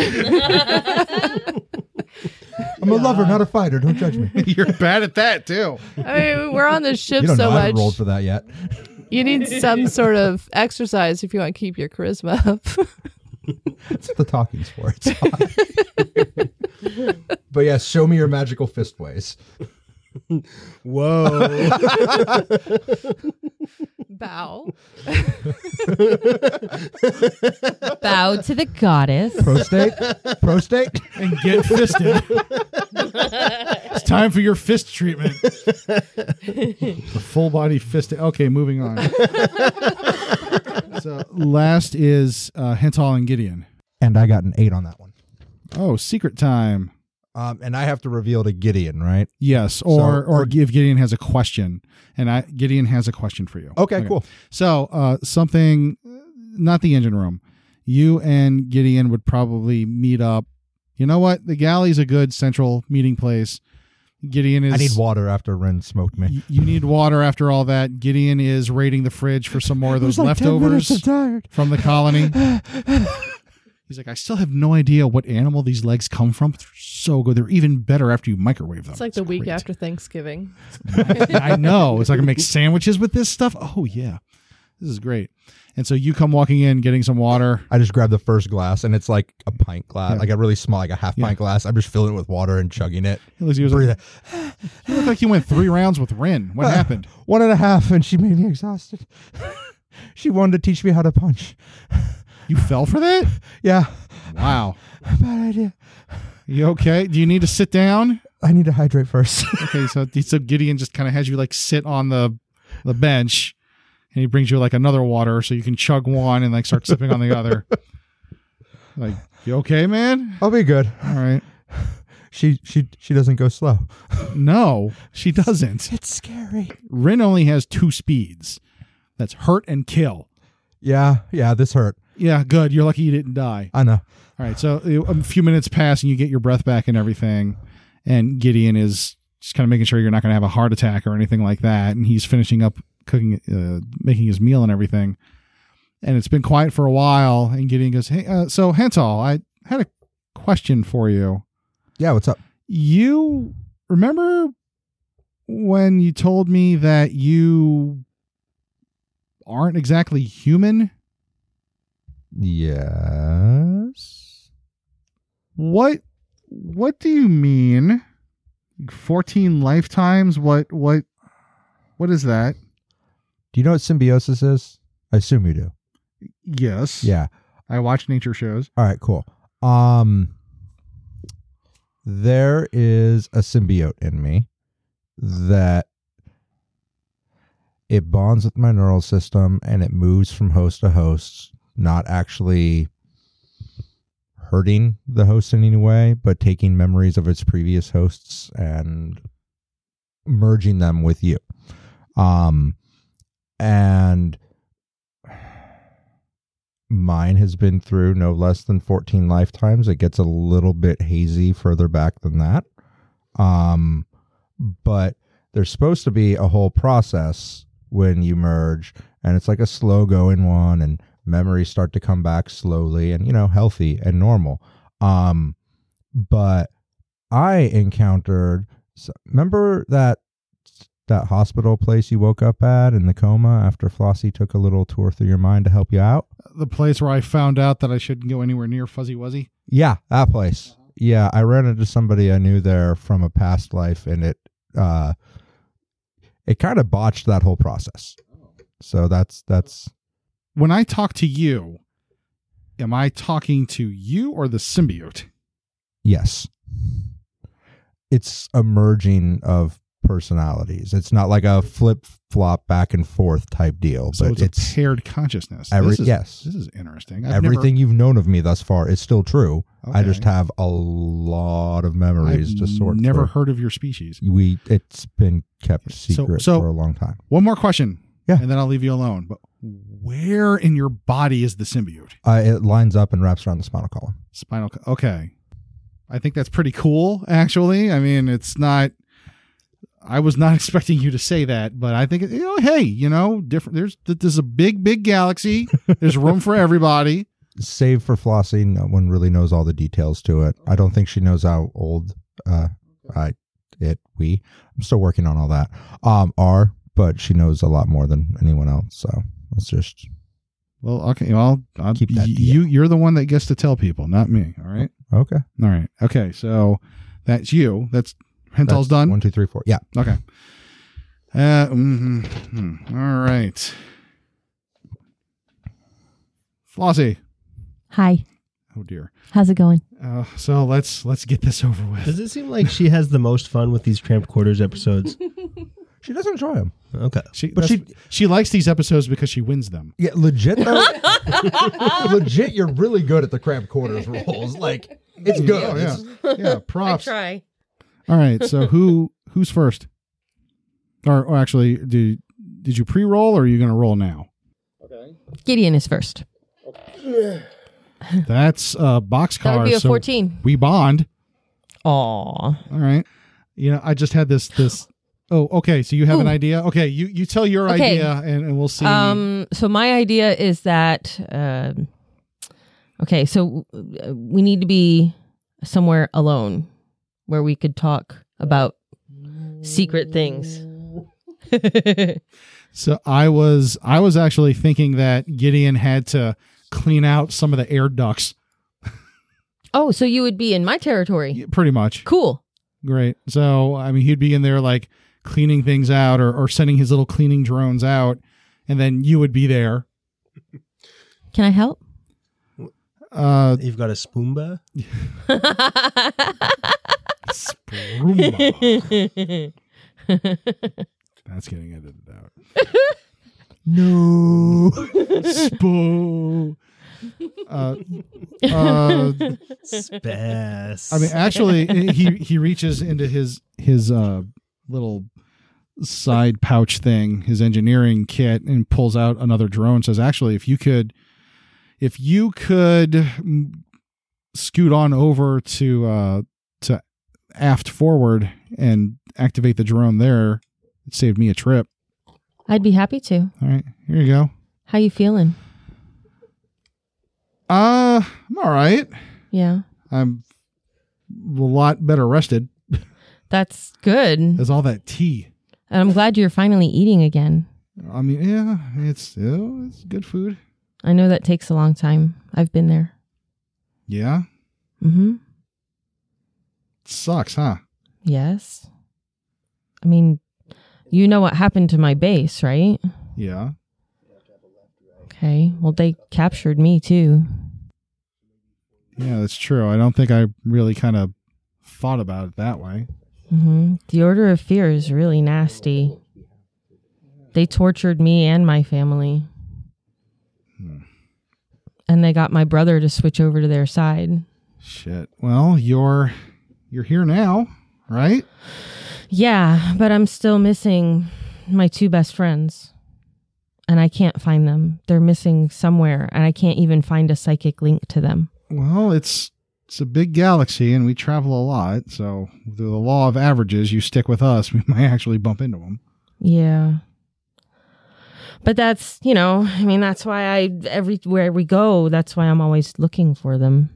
[SPEAKER 4] I'm a lover, not a fighter. Don't judge
[SPEAKER 6] [laughs]
[SPEAKER 4] me. you
[SPEAKER 3] [laughs] You're bad at that too.
[SPEAKER 6] I mean, we're on this ship
[SPEAKER 4] don't
[SPEAKER 6] so
[SPEAKER 4] know. I haven't rolled
[SPEAKER 6] much.
[SPEAKER 4] for that yet.
[SPEAKER 6] You need some sort of exercise if you want to keep your charisma up. [laughs]
[SPEAKER 4] It's the talking sports. [laughs] but yeah, show me your magical fist ways.
[SPEAKER 7] [laughs] Whoa.
[SPEAKER 6] bow.
[SPEAKER 2] Bow to the goddess.
[SPEAKER 4] Prostate? Prostate?
[SPEAKER 3] and get fisted. it's time for your fist treatment. the full body fist. Okay, moving on. so last is uh, Henthal and Gideon.
[SPEAKER 4] And I got an eight on that one.
[SPEAKER 3] Oh, secret time.
[SPEAKER 4] Um, and I have to reveal to Gideon, right?
[SPEAKER 3] Yes, or
[SPEAKER 4] So-
[SPEAKER 3] or if Gideon has a question, and I Gideon has a question for you.
[SPEAKER 4] Okay, cool.
[SPEAKER 3] So uh, something, not the engine room. You and Gideon would probably meet up. You know what? The galley's a good central meeting place. Gideon is.
[SPEAKER 4] I need water after Ren smoked me.
[SPEAKER 3] y- You need water after all that. Gideon is raiding the fridge for some more of
[SPEAKER 4] It was
[SPEAKER 3] those
[SPEAKER 4] like 10 minutes,
[SPEAKER 3] leftovers from the
[SPEAKER 4] [laughs]
[SPEAKER 3] colony. He's like, I still have no idea what animal these legs come from. They're so good. They're even better after you microwave them.
[SPEAKER 6] It's like the week
[SPEAKER 3] great.
[SPEAKER 6] after Thanksgiving.
[SPEAKER 3] [laughs] I know. It's like I
[SPEAKER 6] [laughs]
[SPEAKER 3] make sandwiches with this stuff. Oh yeah, this is great. And so you come walking in, getting some water.
[SPEAKER 4] I just grabbed the first glass and it's like a pint glass,
[SPEAKER 3] Yeah.
[SPEAKER 4] like a really small, like a half
[SPEAKER 3] Yeah.
[SPEAKER 4] pint glass. I'm just filling it with water and chugging it.
[SPEAKER 3] He looks- he was
[SPEAKER 4] Breathe
[SPEAKER 3] like,
[SPEAKER 4] it.
[SPEAKER 3] you look like you went three rounds with Rin. What happened?
[SPEAKER 4] One and a half, and she made me exhausted. [laughs] she wanted to teach me how to punch.
[SPEAKER 3] You fell for
[SPEAKER 4] [laughs]
[SPEAKER 3] that?
[SPEAKER 4] Yeah,
[SPEAKER 3] Wow.
[SPEAKER 4] bad idea.
[SPEAKER 3] You okay? Do you need to sit down?
[SPEAKER 4] I need to hydrate first. [laughs]
[SPEAKER 3] Okay, so so Gideon just kind of has you like sit on the the bench, and he brings you like another water so you can chug one and like start sipping on the other. [laughs] Like, you okay, man?
[SPEAKER 4] I'll be good.
[SPEAKER 3] All right.
[SPEAKER 4] She she she doesn't go slow.
[SPEAKER 3] No, she doesn't.
[SPEAKER 4] It's scary.
[SPEAKER 3] Rin only has two speeds. That's hurt and kill.
[SPEAKER 4] Yeah, yeah, this hurt.
[SPEAKER 3] Yeah, good. You're lucky you didn't die.
[SPEAKER 4] I know.
[SPEAKER 3] All right. So uh, a few minutes pass and you get your breath back and everything. And Gideon is just kind of making sure you're not going to have a heart attack or anything like that. And he's finishing up cooking, uh, making his meal and everything. And it's been quiet for a while. And Gideon goes, Hey, uh, so Hental, I had a question for you.
[SPEAKER 4] Yeah, what's up?
[SPEAKER 3] You remember when you told me that you aren't exactly human?
[SPEAKER 4] Yes.
[SPEAKER 3] What what do you mean? 14 lifetimes? What what what is that?
[SPEAKER 4] Do you know what symbiosis is? I assume you do.
[SPEAKER 3] Yes.
[SPEAKER 4] Yeah.
[SPEAKER 3] I watch nature shows.
[SPEAKER 4] All right, cool. Um there is a symbiote in me that it bonds with my neural system and it moves from host to host, not actually hurting the host in any way, but taking memories of its previous hosts and merging them with you. Um and mine has been through no less than 14 lifetimes it gets a little bit hazy further back than that um but there's supposed to be a whole process when you merge and it's like a slow going one and memories start to come back slowly and you know healthy and normal um but i encountered so- remember that that hospital place you woke up at in the coma after flossie took a little tour through your mind to help you out
[SPEAKER 3] The place where I found out that I shouldn't go anywhere near Fuzzy Wuzzy.
[SPEAKER 4] yeah, that
[SPEAKER 3] Uh-huh.
[SPEAKER 4] place. Yeah, I ran into somebody I knew there from a past life, and it uh, it kind of botched that whole process.
[SPEAKER 3] Oh.
[SPEAKER 4] So that's that's
[SPEAKER 3] When I talk to you, am I talking to you or the symbiote?
[SPEAKER 4] yes, it's a merging of personalities. It's not like a flip flop back and forth type deal,
[SPEAKER 3] So
[SPEAKER 4] but
[SPEAKER 3] it's,
[SPEAKER 4] it's,
[SPEAKER 3] a paired consciousness.
[SPEAKER 4] every-
[SPEAKER 3] this is,
[SPEAKER 4] yes.
[SPEAKER 3] This is interesting. I've never-
[SPEAKER 4] everything you've known of me thus far is still true. I
[SPEAKER 3] Okay.
[SPEAKER 4] just have a lot of memories
[SPEAKER 3] I've
[SPEAKER 4] to sort.
[SPEAKER 3] Never
[SPEAKER 4] through.
[SPEAKER 3] heard of your species.
[SPEAKER 4] We it's been kept
[SPEAKER 3] So-
[SPEAKER 4] secret
[SPEAKER 3] so-
[SPEAKER 4] for a long time.
[SPEAKER 3] One more question.
[SPEAKER 4] Yeah.
[SPEAKER 3] And then I'll leave you alone. But where in your body is the symbiote?
[SPEAKER 4] Uh, it lines up and wraps around the spinal column.
[SPEAKER 3] Spinal. co- Okay. I think that's pretty cool, actually. I mean, it's not. I was not [laughs] expecting you to say that, but I think you know, hey, you know, different. There's there's a big, big galaxy. There's room for
[SPEAKER 4] [laughs]
[SPEAKER 3] everybody.
[SPEAKER 4] Save for Flossie, no one really knows all the details to it. I don't think she knows how old uh, I, it, we. I'm still working on all that. Um, are, but she knows a lot more than anyone else. So let's just
[SPEAKER 3] Well, okay. Well, I'll,
[SPEAKER 4] Keep that
[SPEAKER 3] y-
[SPEAKER 4] DL.
[SPEAKER 3] you you're the one that gets to tell people, not me. All right.
[SPEAKER 4] okay.
[SPEAKER 3] All right. Okay. So that's you. That's Hentel's
[SPEAKER 4] That's
[SPEAKER 3] done.
[SPEAKER 4] One, two, three, four. Yeah.
[SPEAKER 3] Okay. Uh, mhm. Hmm. mm-hmm, All right. Flossie.
[SPEAKER 8] Hi,
[SPEAKER 3] Oh dear.
[SPEAKER 8] how's it going?
[SPEAKER 3] Uh, so let's let's get this over
[SPEAKER 7] Does
[SPEAKER 3] with.
[SPEAKER 7] it seem like she has the most fun with these cramped quarters [laughs] episodes?
[SPEAKER 4] She doesn't enjoy them.
[SPEAKER 7] Okay.
[SPEAKER 3] She,
[SPEAKER 4] But
[SPEAKER 3] but
[SPEAKER 4] she-
[SPEAKER 3] she she likes these episodes because she wins them.
[SPEAKER 4] Yeah, legit though. legit, you're really good at the crab quarters rolls. Like it's good.
[SPEAKER 3] Oh,
[SPEAKER 4] It's-
[SPEAKER 3] yeah,
[SPEAKER 2] [laughs]
[SPEAKER 3] yeah.
[SPEAKER 2] I
[SPEAKER 3] Props.
[SPEAKER 2] try.
[SPEAKER 3] All right. So who who's first? Or, or actually, did did you pre roll or are you going to roll now?
[SPEAKER 2] Gideon is first.
[SPEAKER 3] That's uh, boxcar.
[SPEAKER 2] That would be a
[SPEAKER 3] so
[SPEAKER 2] 14.
[SPEAKER 3] We bond.
[SPEAKER 2] Aw.
[SPEAKER 3] All right. You know, I just had this this. Oh, okay. So you have an
[SPEAKER 2] Ooh.
[SPEAKER 3] idea. Okay, you you tell your
[SPEAKER 2] Okay.
[SPEAKER 3] idea and, and we'll see.
[SPEAKER 2] Um, so my idea is that, um, okay, so uh, we need to be somewhere alone where we could talk about secret things. [laughs]
[SPEAKER 3] So I was I was actually thinking that Gideon had to clean out some of the air ducts,
[SPEAKER 2] oh, so you would be in my territory.
[SPEAKER 3] y- pretty much.
[SPEAKER 2] Cool.
[SPEAKER 3] Great. So I mean, he'd be in there like cleaning things out or or sending his little cleaning drones out, and then you would be there.
[SPEAKER 8] Can I help?
[SPEAKER 3] Uh,
[SPEAKER 7] You've got a spoomba?
[SPEAKER 2] [laughs]
[SPEAKER 3] Sprumo. That's getting edited out. no. Spoo. Uh, uh,
[SPEAKER 7] Spess.
[SPEAKER 3] I mean, actually, i- he he reaches into his his uh, little side pouch thing, his engineering kit, and pulls out another drone. Says, "Actually, if you could, if you could mm, scoot on over to uh, to aft forward and activate the drone there, it saved me a trip."
[SPEAKER 2] I'd be happy to.
[SPEAKER 3] All right, here you go.
[SPEAKER 2] How you feeling?
[SPEAKER 3] Uh, I'm all right.
[SPEAKER 2] Yeah.
[SPEAKER 3] I'm a lot better rested.
[SPEAKER 2] That's good. And
[SPEAKER 3] There's all that tea.
[SPEAKER 2] I'm glad you're finally eating again.
[SPEAKER 3] I mean, yeah, it's oh, it's good food.
[SPEAKER 2] I know that takes a long time. I've been there.
[SPEAKER 3] Yeah,
[SPEAKER 2] Mhm.
[SPEAKER 3] it sucks, huh?
[SPEAKER 2] Yes. I mean, you know what happened to my base, right?
[SPEAKER 3] Yeah.
[SPEAKER 2] Okay. Well, they captured me too.
[SPEAKER 3] Yeah, that's true. I don't think I really kind of thought about it that way.
[SPEAKER 2] Mhm. The Order of Fear is really nasty. They tortured me and my family. And they got my brother to switch over to their side.
[SPEAKER 3] Shit. Well, you're you're here now, right?
[SPEAKER 2] Yeah, but I'm still missing my two best friends. And I can't find them. They're missing somewhere, and I can't even find a psychic link to them.
[SPEAKER 3] Well, it's it's a big galaxy and we travel a lot, so through the law of averages, you stick with us, [laughs] we might actually bump into them.
[SPEAKER 2] Yeah. But that's, you know, I mean, that's why I, everywhere we go, that's why I'm always looking for them.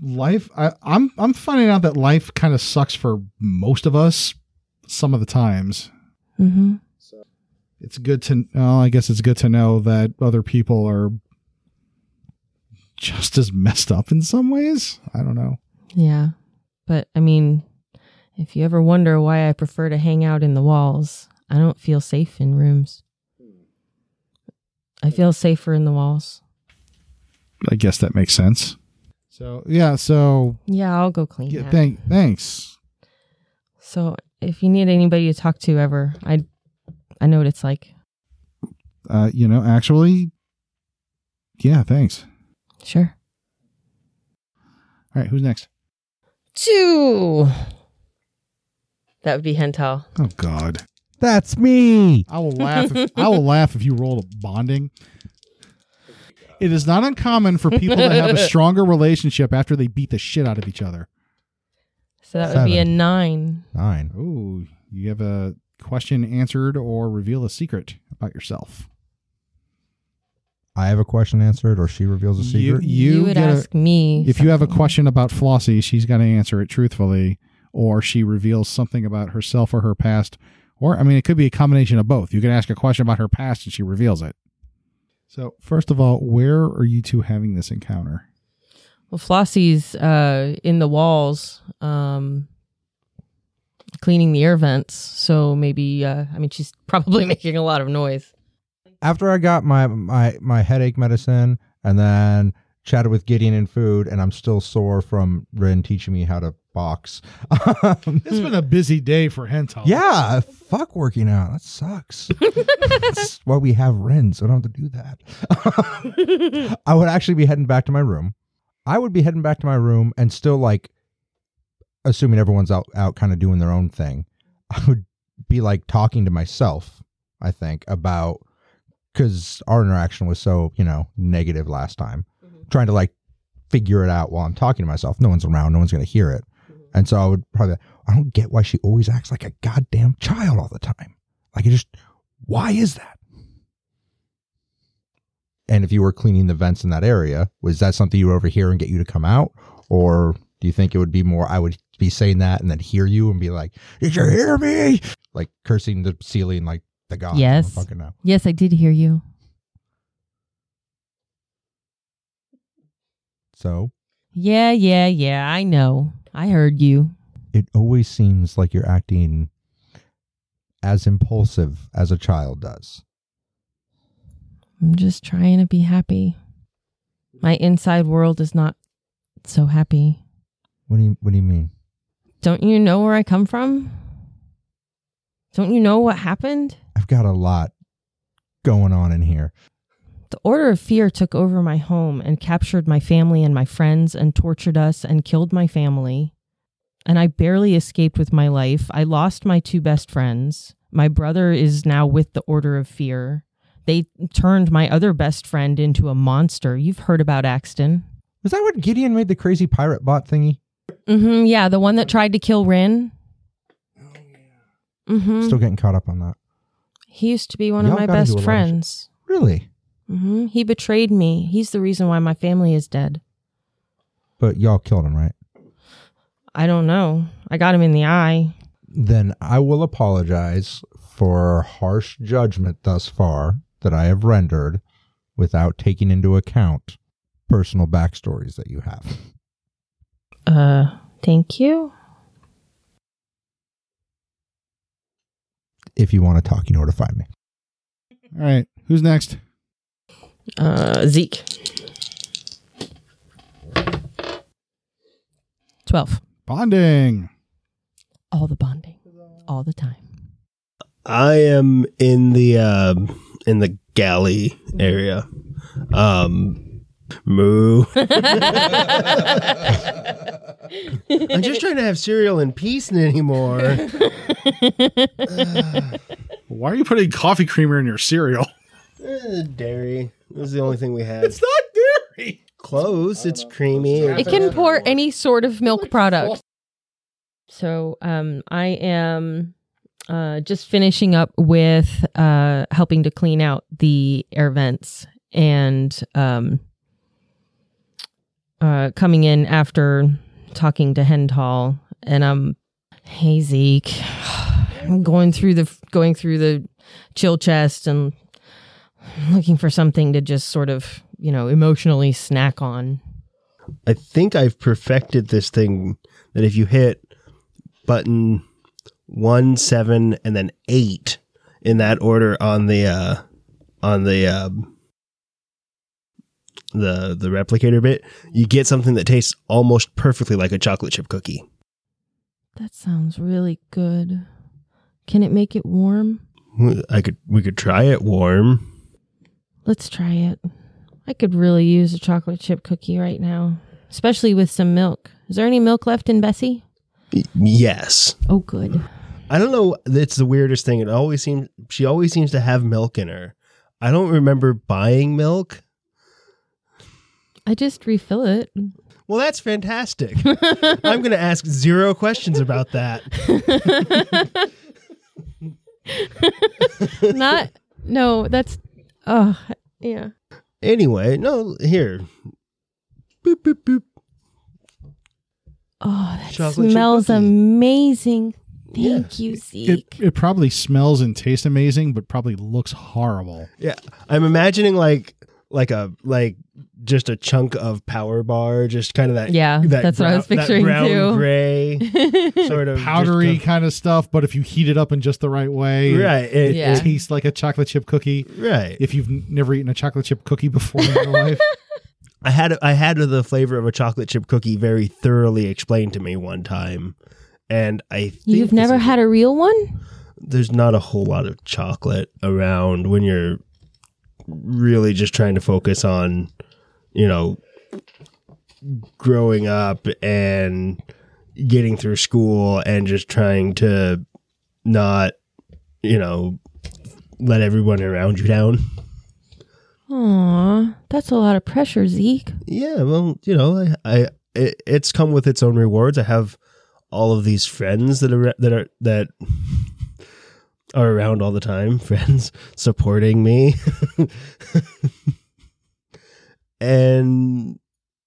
[SPEAKER 3] Life I I'm I'm finding out that life kind of sucks for most of us some of the times.
[SPEAKER 2] hmm
[SPEAKER 3] it's good to well, I guess it's good to know that other people are just as messed up in some ways. I don't know.
[SPEAKER 2] Yeah. But I mean, if you ever wonder why I prefer to hang out in the walls, I don't feel safe in rooms. I feel safer in the walls.
[SPEAKER 3] I guess that makes sense. So yeah, so
[SPEAKER 2] Yeah, I'll go clean.
[SPEAKER 3] yeah,
[SPEAKER 2] that.
[SPEAKER 3] thank thanks.
[SPEAKER 2] So if you need anybody to talk to ever, I I know what it's like.
[SPEAKER 3] Uh, you know, actually, yeah, thanks.
[SPEAKER 2] Sure.
[SPEAKER 3] All right, who's next?
[SPEAKER 2] Two. That would be Hentel.
[SPEAKER 3] Oh God,
[SPEAKER 4] That's me.
[SPEAKER 3] I will laugh. If, I will laugh if you roll a bonding. It is not uncommon for people to have a stronger relationship after they beat the shit out of each other.
[SPEAKER 2] So that would be a
[SPEAKER 4] Seven.
[SPEAKER 2] nine.
[SPEAKER 4] Nine.
[SPEAKER 3] Ooh, you have a question answered or reveal a secret about yourself.
[SPEAKER 4] I have a question answered, or she reveals a
[SPEAKER 3] You,
[SPEAKER 4] secret.
[SPEAKER 3] you,
[SPEAKER 2] would
[SPEAKER 3] get a-
[SPEAKER 2] ask me
[SPEAKER 3] if you have a
[SPEAKER 2] something.
[SPEAKER 3] question about Flossie, she's got to answer it truthfully, or she reveals something about herself or her past, or I mean, it could be a combination of both. You can ask a question about her past and she reveals it. So, first of all, where are you two having this encounter?
[SPEAKER 2] Well, Flossie's uh, in the walls, um, cleaning the air vents. So maybe, uh, I mean, she's [laughs] probably making a lot of noise.
[SPEAKER 4] After I got my my my headache medicine and then chatted with Gideon and food, and I'm still sore from Rin teaching me how to box. [laughs] Um,
[SPEAKER 3] It's been a busy day for hentai.
[SPEAKER 4] yeah, fuck working out. That sucks. That's why we have Ren, so I don't have to do that. [laughs] I would actually be heading back to my room. I would be heading back to my room and still like, assuming everyone's out, out kind of doing their own thing. I would be like talking to myself, I think, about because our interaction was so, you know, negative last time, trying to like figure it out while I'm talking to myself. No one's around, no one's going to hear it. And so I would probably, I don't get why she always acts like a goddamn child all the time. Like, it just, why is that? And if you were cleaning the vents in that area, was that something you would overhear and get you to come out? Or do you think it would be more, I would be saying that and then hear you and be like, did you hear me? Like cursing the ceiling like the god.
[SPEAKER 8] Yes.
[SPEAKER 4] Fucking know.
[SPEAKER 8] Yes, I did hear you.
[SPEAKER 4] So
[SPEAKER 2] Yeah, yeah, yeah. I know. I heard you.
[SPEAKER 4] it always seems like you're acting as impulsive as a child does.
[SPEAKER 2] I'm just trying to be happy. My inside world is not so happy.
[SPEAKER 4] What do you What do you mean?
[SPEAKER 2] Don't you know where I come from? Don't you know what happened?
[SPEAKER 4] I've got a lot going on in here.
[SPEAKER 2] The Order of Fear took over my home and captured my family and my friends and tortured us and killed my family. And I barely escaped with my life. I lost my two best friends. My brother is now with the Order of Fear. They turned my other best friend into a monster. You've heard about Axton.
[SPEAKER 4] Was that what Gideon made the crazy pirate bot thingy?
[SPEAKER 2] Mm-hmm. Yeah, the one that tried to kill Rin. Oh, Mm-hmm.
[SPEAKER 4] Still getting caught up on that.
[SPEAKER 2] He used to be one
[SPEAKER 4] Y'all
[SPEAKER 2] of my
[SPEAKER 4] gotta do a lot
[SPEAKER 2] best
[SPEAKER 4] of
[SPEAKER 2] friends.
[SPEAKER 4] Really?
[SPEAKER 2] hmm He betrayed me. He's the reason why my family is dead.
[SPEAKER 4] But y'all killed him, right?
[SPEAKER 2] I don't know. I got him in the eye.
[SPEAKER 4] Then I will apologize for harsh judgment thus far that I have rendered without taking into account personal backstories that you have.
[SPEAKER 2] Uh, thank you.
[SPEAKER 4] If you want to talk, you know where to find me.
[SPEAKER 3] All right. Who's next?
[SPEAKER 2] Uh, Zeke. 12.
[SPEAKER 3] Bonding.
[SPEAKER 2] All the bonding. All the time.
[SPEAKER 7] I am in the uh, in the galley area. Um, moo. [laughs] I'm just trying to have cereal in peace anymore. [laughs]
[SPEAKER 3] Why are you putting coffee creamer in your cereal?
[SPEAKER 7] Eh, dairy. This is the only thing we had.
[SPEAKER 3] It's not dairy.
[SPEAKER 7] Close. It's creamy.
[SPEAKER 2] It can pour any sort of milk product. So um, I am uh, just finishing up with uh, helping to clean out the air vents and um, uh, coming in after talking to Hendall, and I'm hey Zeke, [sighs] I'm going through the going through the chill chest and looking for something to just sort of you know emotionally snack on.
[SPEAKER 7] I think I've perfected this thing that if you hit button one, seven, and then eight in that order on the uh, on the uh, the the replicator bit, you get something that tastes almost perfectly like a chocolate chip cookie.
[SPEAKER 2] That sounds really good. Can it make it warm?
[SPEAKER 7] I could we could try it warm.
[SPEAKER 2] Let's try it. I could really use a chocolate chip cookie right now, especially with some milk. Is there any milk left in Bessie?
[SPEAKER 7] Y- Yes.
[SPEAKER 2] Oh, good.
[SPEAKER 7] I don't know. It's the weirdest thing. It always seems she always seems to have milk in her. I don't remember buying milk.
[SPEAKER 2] I just refill it.
[SPEAKER 7] Well, that's
[SPEAKER 2] [laughs]
[SPEAKER 7] fantastic. I'm going to ask zero questions about that.
[SPEAKER 2] Not, no, that's, oh, yeah.
[SPEAKER 7] Anyway, no, here. Boop, boop, boop.
[SPEAKER 2] Oh, that
[SPEAKER 7] Chocolate chip
[SPEAKER 2] smells
[SPEAKER 7] cookie.
[SPEAKER 2] amazing. Thank you,
[SPEAKER 3] It,
[SPEAKER 2] Zeke.
[SPEAKER 3] it probably smells and tastes amazing, but probably looks horrible.
[SPEAKER 7] Yeah, I'm imagining like like a like just a chunk of power bar, just kind of that.
[SPEAKER 2] Yeah,
[SPEAKER 7] that
[SPEAKER 2] that's what I was
[SPEAKER 7] brown-
[SPEAKER 2] picturing,
[SPEAKER 7] that brown
[SPEAKER 2] too. [laughs]
[SPEAKER 7] Gray sort of just
[SPEAKER 3] Powdery
[SPEAKER 7] a-
[SPEAKER 3] kind of stuff, but if you heat it up in just the right way,
[SPEAKER 7] right. It,
[SPEAKER 3] it
[SPEAKER 2] Yeah.
[SPEAKER 3] tastes like a chocolate chip cookie.
[SPEAKER 7] Right.
[SPEAKER 3] If you've n- never eaten a chocolate chip cookie before in your [laughs] life,
[SPEAKER 7] I had I had the flavor of a chocolate chip cookie very thoroughly explained to me one time, and I think
[SPEAKER 8] You've
[SPEAKER 7] this
[SPEAKER 8] never
[SPEAKER 7] is-
[SPEAKER 8] had a real one?
[SPEAKER 7] there's not a whole lot of chocolate around when you're really just trying to focus on, you know, growing up and getting through school and just trying to not, you know, let everyone around you down.
[SPEAKER 8] Aw, that's a lot of pressure, Zeke.
[SPEAKER 7] Yeah, well, you know, I, I it, it's come with its own rewards. I have all of these friends that are that are that [laughs] are around all the time, [laughs] friends supporting me, [laughs] and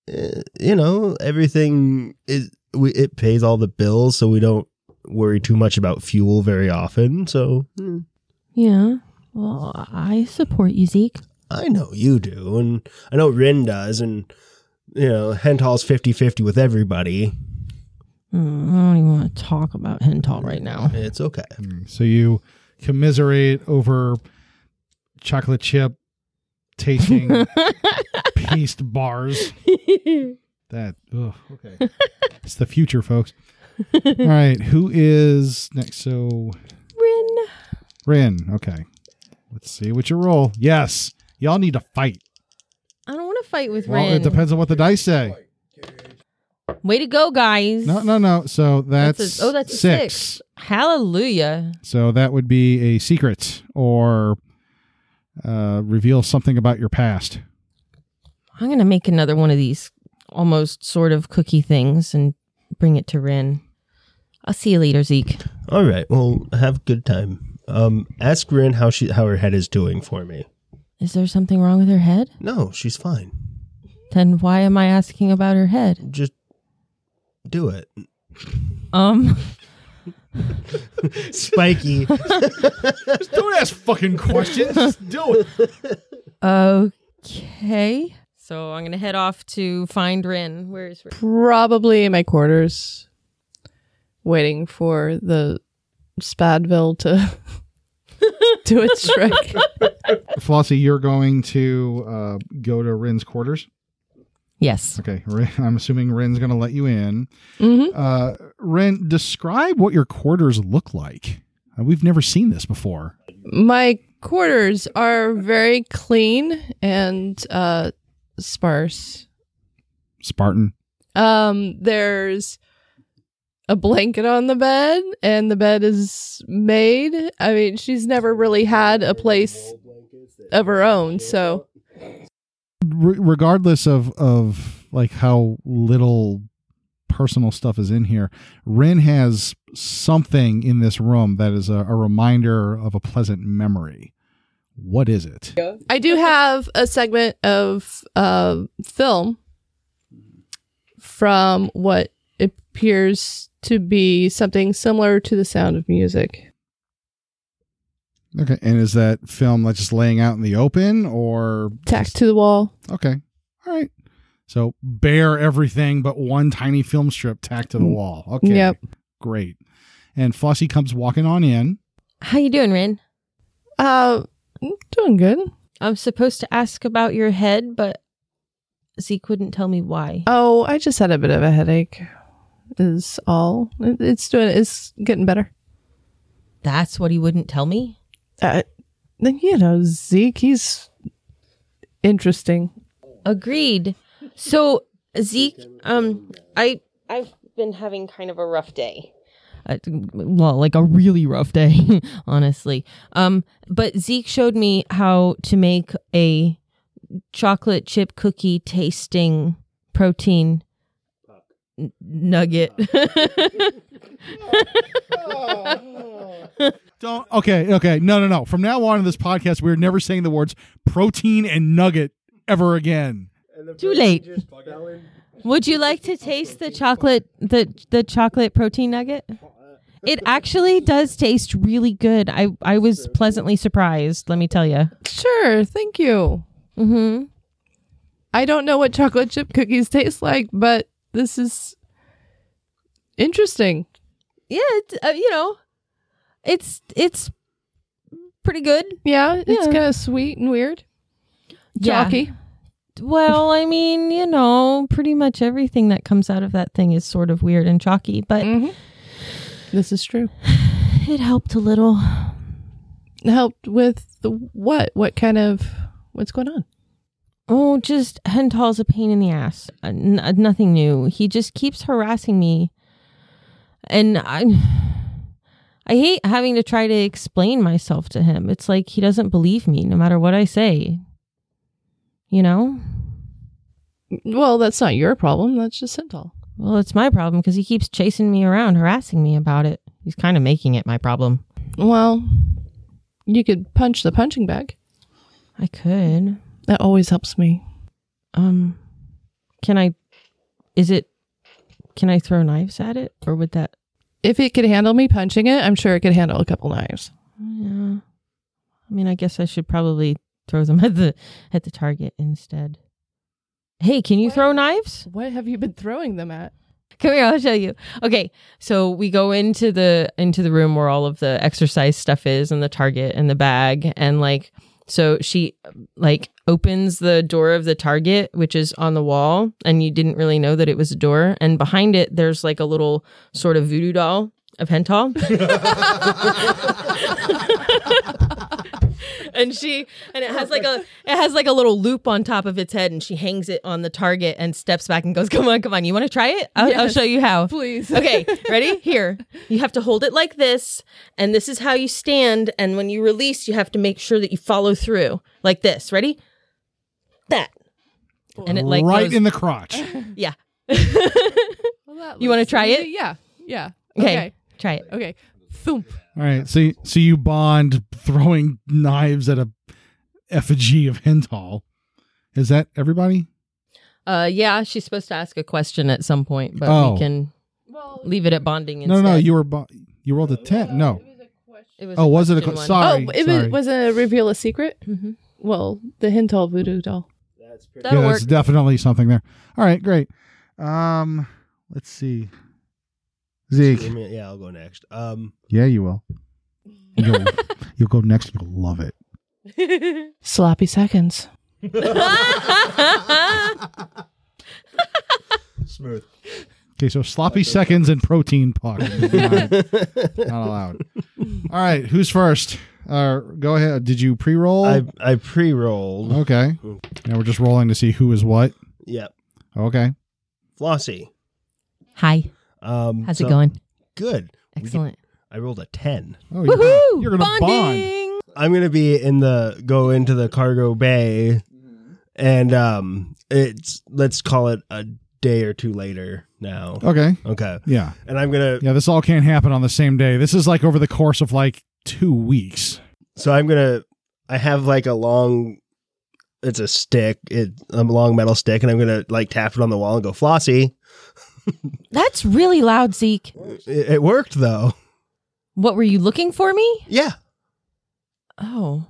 [SPEAKER 7] eh, you know, everything is we it pays all the bills, so we don't worry too much about fuel very often. So mm,
[SPEAKER 8] Yeah. Well, I support you, Zeke.
[SPEAKER 7] I know you do, and I know Rin does, and you know, Hental's 50-50 with everybody.
[SPEAKER 2] Mm, I don't even want to talk about Hental right now.
[SPEAKER 7] It's okay.
[SPEAKER 3] So you commiserate over chocolate chip tasting
[SPEAKER 2] [laughs]
[SPEAKER 3] paste bars. That ugh,
[SPEAKER 2] [laughs]
[SPEAKER 3] okay. it's the future, folks. All right, who is next? So
[SPEAKER 8] Rin.
[SPEAKER 3] Rin. Okay, let's see what you roll. Yes, y'all need to fight.
[SPEAKER 2] I don't want to fight with
[SPEAKER 3] Well,
[SPEAKER 2] Rin.
[SPEAKER 3] it depends on what the dice say.
[SPEAKER 2] Way to go, guys.
[SPEAKER 3] No, no, no. So that's,
[SPEAKER 2] That's, a, oh, that's a six. Hallelujah.
[SPEAKER 3] So that would be a secret or uh, reveal something about your past.
[SPEAKER 2] I'm gonna make another one of these almost sort of cookie things and bring it to Rin. I'll see you later, Zeke.
[SPEAKER 7] All right. Well, have a good time. Um, ask Rin how she how her head is doing for me.
[SPEAKER 2] Is there something wrong with her head?
[SPEAKER 7] No, she's fine.
[SPEAKER 2] Then why am I asking about her head?
[SPEAKER 7] Just do it.
[SPEAKER 2] Um,
[SPEAKER 7] [laughs]
[SPEAKER 2] [laughs]
[SPEAKER 7] Spiky.
[SPEAKER 3] Don't ask fucking questions. [laughs] Just do it.
[SPEAKER 2] okay. So I'm gonna head off to find Rin. Where is Rin?
[SPEAKER 6] Probably in my quarters, waiting for the Spadville to [laughs] do its trick.
[SPEAKER 3] Flossie, you're going to uh, go to Rin's quarters.
[SPEAKER 2] Yes.
[SPEAKER 3] Okay, Rin, [laughs] I'm assuming Rin's going to let you in.
[SPEAKER 6] Mhm.
[SPEAKER 3] Uh, Rin, describe what your quarters look like. Uh, we've never seen this before.
[SPEAKER 6] My quarters are very clean and uh, sparse.
[SPEAKER 3] Spartan.
[SPEAKER 6] Um, there's a blanket on the bed, and the bed is made. I mean, she's never really had a place of her own, so
[SPEAKER 3] Re- regardless of of like how little personal stuff is in here, Rin has something in this room that is a, a reminder of a pleasant memory. What is it?
[SPEAKER 6] I do have a segment of uh, film from what appears to be something similar to the sound of music.
[SPEAKER 3] Okay, and is that film like just laying out in the open or
[SPEAKER 6] Tacked to the wall.
[SPEAKER 3] Okay. All right. So bare everything but one tiny film strip tacked to the wall. Okay.
[SPEAKER 6] Yep.
[SPEAKER 3] Great. And Flossie comes walking on in.
[SPEAKER 2] How you doing, Rin?
[SPEAKER 6] Uh, doing good.
[SPEAKER 2] I'm supposed to ask about your head, but Zeke wouldn't tell me why.
[SPEAKER 6] Oh, I just had a bit of a headache. Is all. It- It's doing. It's getting better.
[SPEAKER 2] That's what he wouldn't tell me.
[SPEAKER 6] Uh, then you know Zeke. He's interesting.
[SPEAKER 2] Agreed. So Zeke, um, I I've been having kind of a rough day. Uh, well, like a really rough day, [laughs] honestly. Um, but Zeke showed me how to make a chocolate chip cookie tasting protein n- nugget. [laughs]
[SPEAKER 3] Don't okay, okay. No, no, no. From now on in this podcast, we're never saying the words protein and nugget ever again.
[SPEAKER 2] Too late. Would you like to taste the chocolate the the chocolate protein nugget? It actually does taste really good. I I was pleasantly surprised, let me tell you.
[SPEAKER 6] Sure. Thank you.
[SPEAKER 2] Mhm.
[SPEAKER 6] I don't know what chocolate chip cookies taste like, but this is interesting.
[SPEAKER 2] Yeah, it's, uh, you know, it's it's pretty good.
[SPEAKER 6] Yeah, it's
[SPEAKER 2] Yeah.
[SPEAKER 6] kind of sweet and weird.
[SPEAKER 2] Yeah.
[SPEAKER 6] Chalky.
[SPEAKER 2] Well, I mean, you know, pretty much everything that comes out of that thing is sort of weird and chalky, but
[SPEAKER 6] Mm. Mm-hmm. This is true.
[SPEAKER 2] it helped a little.
[SPEAKER 6] Helped with the what? What kind of what's going on?
[SPEAKER 2] Oh, just Hental's a pain in the ass. Uh, n- uh, nothing new. He just keeps harassing me, and I, [sighs] I hate having to try to explain myself to him. It's like he doesn't believe me, no matter what I say. You know.
[SPEAKER 6] Well, that's not your problem. That's just Sintal.
[SPEAKER 2] Well, it's my problem because he keeps chasing me around, harassing me about it. He's kind of making it my problem.
[SPEAKER 6] Well, you could punch the punching bag.
[SPEAKER 2] I could.
[SPEAKER 6] That always helps me.
[SPEAKER 2] Um, can I? Is it? Can I throw knives at it, or would that?
[SPEAKER 6] If it could handle me punching it, I'm sure it could handle a couple knives.
[SPEAKER 2] Yeah. I mean, I guess I should probably throw them [laughs] at the at the target instead. Hey, can you throw knives?
[SPEAKER 6] What have you been throwing them at?
[SPEAKER 2] Come here, I'll show you. Okay, so we go into the into the room where all of the exercise stuff is, and the target and the bag, and like so she like opens the door of the target, which is on the wall, and you didn't really know that it was a door, and behind it there's like a little sort of voodoo doll of Hental. [laughs] and she and it has like a it has like a little loop on top of its head and she hangs it on the target and steps back and goes come on come on you want to try it I'll, I'll
[SPEAKER 6] Yes.
[SPEAKER 2] show you how
[SPEAKER 6] Please.
[SPEAKER 2] [laughs]
[SPEAKER 6] [laughs]
[SPEAKER 2] okay ready here you have to hold it like this and this is how you stand and when you release you have to make sure that you follow through like this ready that [laughs] and it like
[SPEAKER 3] right
[SPEAKER 2] goes-
[SPEAKER 3] in the crotch.
[SPEAKER 2] yeah
[SPEAKER 6] you
[SPEAKER 2] You wanna try it?
[SPEAKER 6] Yeah. Yeah.
[SPEAKER 2] okay try it
[SPEAKER 6] Okay. okay. Thump.
[SPEAKER 3] All right, so so you bond throwing knives at a effigy of Hental. Is that everybody?
[SPEAKER 2] Uh, yeah, she's supposed to ask a question at some point, but
[SPEAKER 3] Oh.
[SPEAKER 2] we can leave it at bonding.
[SPEAKER 3] No,
[SPEAKER 2] Instead.
[SPEAKER 3] no, you were bo- you rolled a ten. No,
[SPEAKER 2] It was
[SPEAKER 3] oh,
[SPEAKER 2] a
[SPEAKER 3] was it a
[SPEAKER 2] question
[SPEAKER 3] qu-
[SPEAKER 2] one.
[SPEAKER 3] sorry?
[SPEAKER 6] oh, it
[SPEAKER 3] sorry.
[SPEAKER 6] was was it a reveal a secret?
[SPEAKER 2] Mhm.
[SPEAKER 6] Well, the Hintal voodoo doll.
[SPEAKER 2] That'll
[SPEAKER 3] yeah,
[SPEAKER 2] work.
[SPEAKER 3] that's definitely something there. All right, great. Um, let's see, Zeke.
[SPEAKER 7] Yeah, I'll go next. Um,
[SPEAKER 3] Yeah, you will. You'll, you'll go next. You'll love it.
[SPEAKER 6] Sloppy seconds.
[SPEAKER 2] [laughs]
[SPEAKER 7] Smooth.
[SPEAKER 3] Okay, so sloppy seconds and protein
[SPEAKER 2] [laughs]
[SPEAKER 3] puck. not, not allowed. All right, who's first? Uh, go ahead. Did you pre-roll?
[SPEAKER 7] I I pre-rolled.
[SPEAKER 3] okay. Now we're just rolling to see who is what.
[SPEAKER 7] Yep.
[SPEAKER 3] Okay.
[SPEAKER 7] Flossie.
[SPEAKER 2] Hi,
[SPEAKER 7] Um,
[SPEAKER 2] how's
[SPEAKER 7] so-
[SPEAKER 2] it going?
[SPEAKER 7] Good. We get-
[SPEAKER 2] Excellent.
[SPEAKER 7] I rolled a ten.
[SPEAKER 3] Oh, you're,
[SPEAKER 2] Woohoo!
[SPEAKER 3] you're gonna bond.
[SPEAKER 2] bonding.
[SPEAKER 7] I'm gonna be in the go into the cargo bay, and um, it's let's call it a day or two later now.
[SPEAKER 3] Okay.
[SPEAKER 7] Okay,
[SPEAKER 3] Yeah.
[SPEAKER 7] and I'm gonna
[SPEAKER 3] Yeah. This all can't happen on the same day. This is like over the course of like two weeks.
[SPEAKER 7] so I'm gonna I have like a long, it's a stick, it a long metal stick, and I'm gonna like tap it on the wall and go Flossie.
[SPEAKER 2] That's really loud, Zeke.
[SPEAKER 7] It, it worked though.
[SPEAKER 2] What were you looking for me?
[SPEAKER 7] Yeah,
[SPEAKER 2] Oh,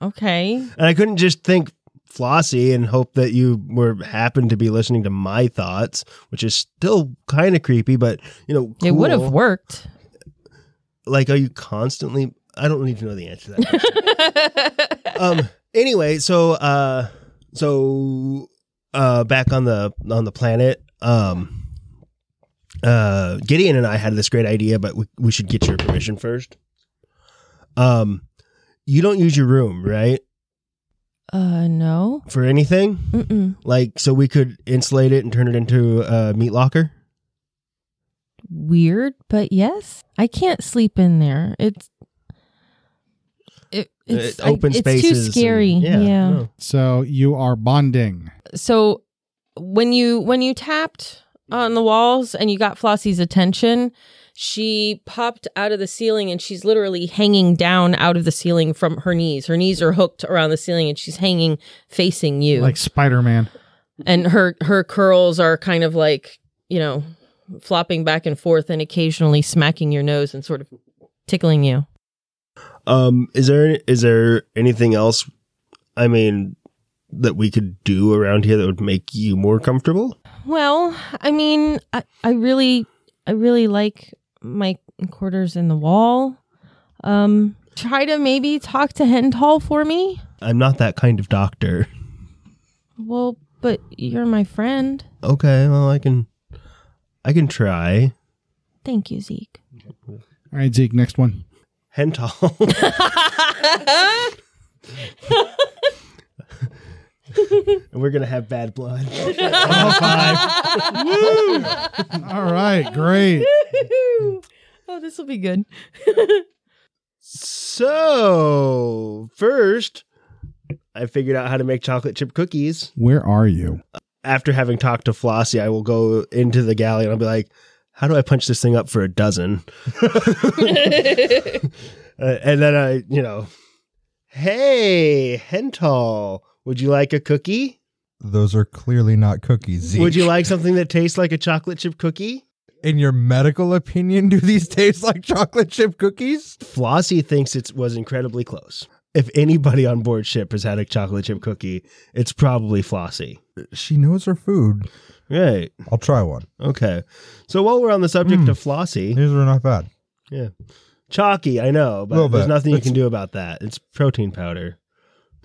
[SPEAKER 2] okay.
[SPEAKER 7] and I couldn't just think Flossie and hope that you were happened to be listening to my thoughts, which is still kind of creepy, but you know
[SPEAKER 2] It would have
[SPEAKER 7] cool.
[SPEAKER 2] worked.
[SPEAKER 7] like are you constantly i don't need to know the answer to that question. um anyway so uh so uh back on the on the planet um uh gideon and i had this great idea but we, we should get your permission first um you don't use your room right
[SPEAKER 2] uh, no.
[SPEAKER 7] for anything
[SPEAKER 6] [laughs]
[SPEAKER 2] Mm-mm.
[SPEAKER 7] like so we could insulate it and turn it into a meat locker
[SPEAKER 2] Weird, but yes, I can't sleep in there. It's it, it's
[SPEAKER 7] Uh, open
[SPEAKER 2] I,
[SPEAKER 7] spaces
[SPEAKER 2] It's too
[SPEAKER 7] and-
[SPEAKER 2] scary. yeah.
[SPEAKER 7] no.
[SPEAKER 3] So you are bonding.
[SPEAKER 2] so when you when you tapped on the walls and you got Flossie's attention, she popped out of the ceiling and she's literally hanging down out of the ceiling from her knees. Her knees are hooked around the ceiling and she's hanging facing you.
[SPEAKER 3] Like Spider Man.
[SPEAKER 2] and her her curls are kind of like, you know, flopping back and forth and occasionally smacking your nose and sort of tickling you.
[SPEAKER 7] Um, is there is there anything else? I mean, that we could do around here that would make you more comfortable?
[SPEAKER 2] Well, I mean, I, I really, I really like my quarters in the wall. Um, try to maybe talk to Henthal for me.
[SPEAKER 7] I'm not that kind of doctor.
[SPEAKER 2] Well, but you're my friend.
[SPEAKER 7] [laughs] Okay, well I can I can try.
[SPEAKER 8] Thank you,
[SPEAKER 2] [laughs]
[SPEAKER 8] Zeke.
[SPEAKER 3] All right, Zeke, next one.
[SPEAKER 7] Hental. [laughs] and we're gonna have bad blood. [laughs]
[SPEAKER 3] All right, great.
[SPEAKER 2] oh, this will be good.
[SPEAKER 7] so first I figured out how to make chocolate chip cookies.
[SPEAKER 3] Where are you?
[SPEAKER 7] after having talked to Flossie, I will go into the galley and I'll be like, how do I punch this thing up for a dozen? [laughs] Uh, and then I, you know, hey, Hental, would you like a cookie?
[SPEAKER 4] Those are clearly not cookies. Zeke.
[SPEAKER 7] Would you like something that tastes like a chocolate chip cookie?
[SPEAKER 4] in your medical opinion, do these [laughs] taste like chocolate chip cookies?
[SPEAKER 7] Flossie thinks it was incredibly close. If anybody on board ship has had a chocolate chip cookie, it's probably Flossie.
[SPEAKER 4] She knows her food.
[SPEAKER 7] Right.
[SPEAKER 4] I'll try one.
[SPEAKER 7] Okay. So while we're on the subject
[SPEAKER 4] Mm.
[SPEAKER 7] of Flossie,
[SPEAKER 4] These are not bad.
[SPEAKER 7] chalky i know but
[SPEAKER 4] Little
[SPEAKER 7] there's
[SPEAKER 4] bit.
[SPEAKER 7] nothing you
[SPEAKER 4] It's-
[SPEAKER 7] can do about that it's protein powder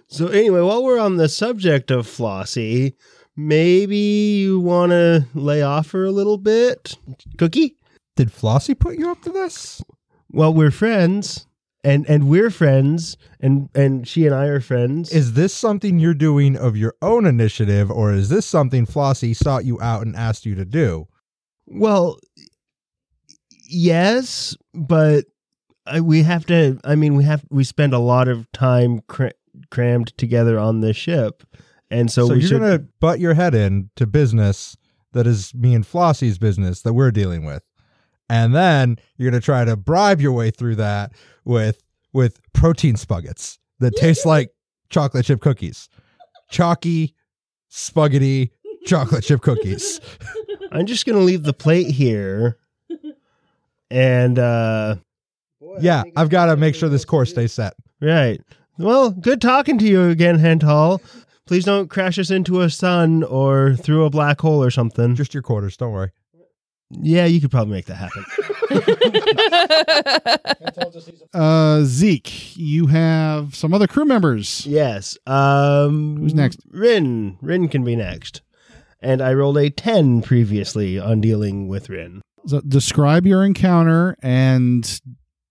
[SPEAKER 7] so anyway while we're on the subject of flossie maybe you want to lay off her a little bit cookie
[SPEAKER 4] Did Flossie put you up to this?
[SPEAKER 7] well we're friends and and we're friends and and she and i are friends
[SPEAKER 4] Is this something you're doing of your own initiative, or is this something Flossie sought you out and asked you to do?
[SPEAKER 7] well yes but I, we have to i mean we have we spend a lot of time cra- crammed together on the ship and so,
[SPEAKER 4] So,
[SPEAKER 7] we
[SPEAKER 4] you're
[SPEAKER 7] should
[SPEAKER 4] gonna butt your head in to business that is me and Flossie's business that we're dealing with, and then you're gonna try to bribe your way through that with with protein spuggets that taste like chocolate chip cookies, chalky, spuggety chocolate chip cookies.
[SPEAKER 7] I'm just gonna leave the plate here. And uh
[SPEAKER 4] Yeah, I've got to make sure this course stays set.
[SPEAKER 7] right. Well, good talking to you again, Henthal. Please don't crash us into a sun or through a black hole or something.
[SPEAKER 4] Just your quarters, don't worry.
[SPEAKER 7] Yeah, you could probably make that
[SPEAKER 3] [laughs]
[SPEAKER 7] happen.
[SPEAKER 3] Uh, Zeke, you have some other crew members.
[SPEAKER 7] yes. Um
[SPEAKER 3] Who's next?
[SPEAKER 7] Rin. Rin can be next. And I rolled a ten previously on dealing with Rin.
[SPEAKER 3] So describe your encounter and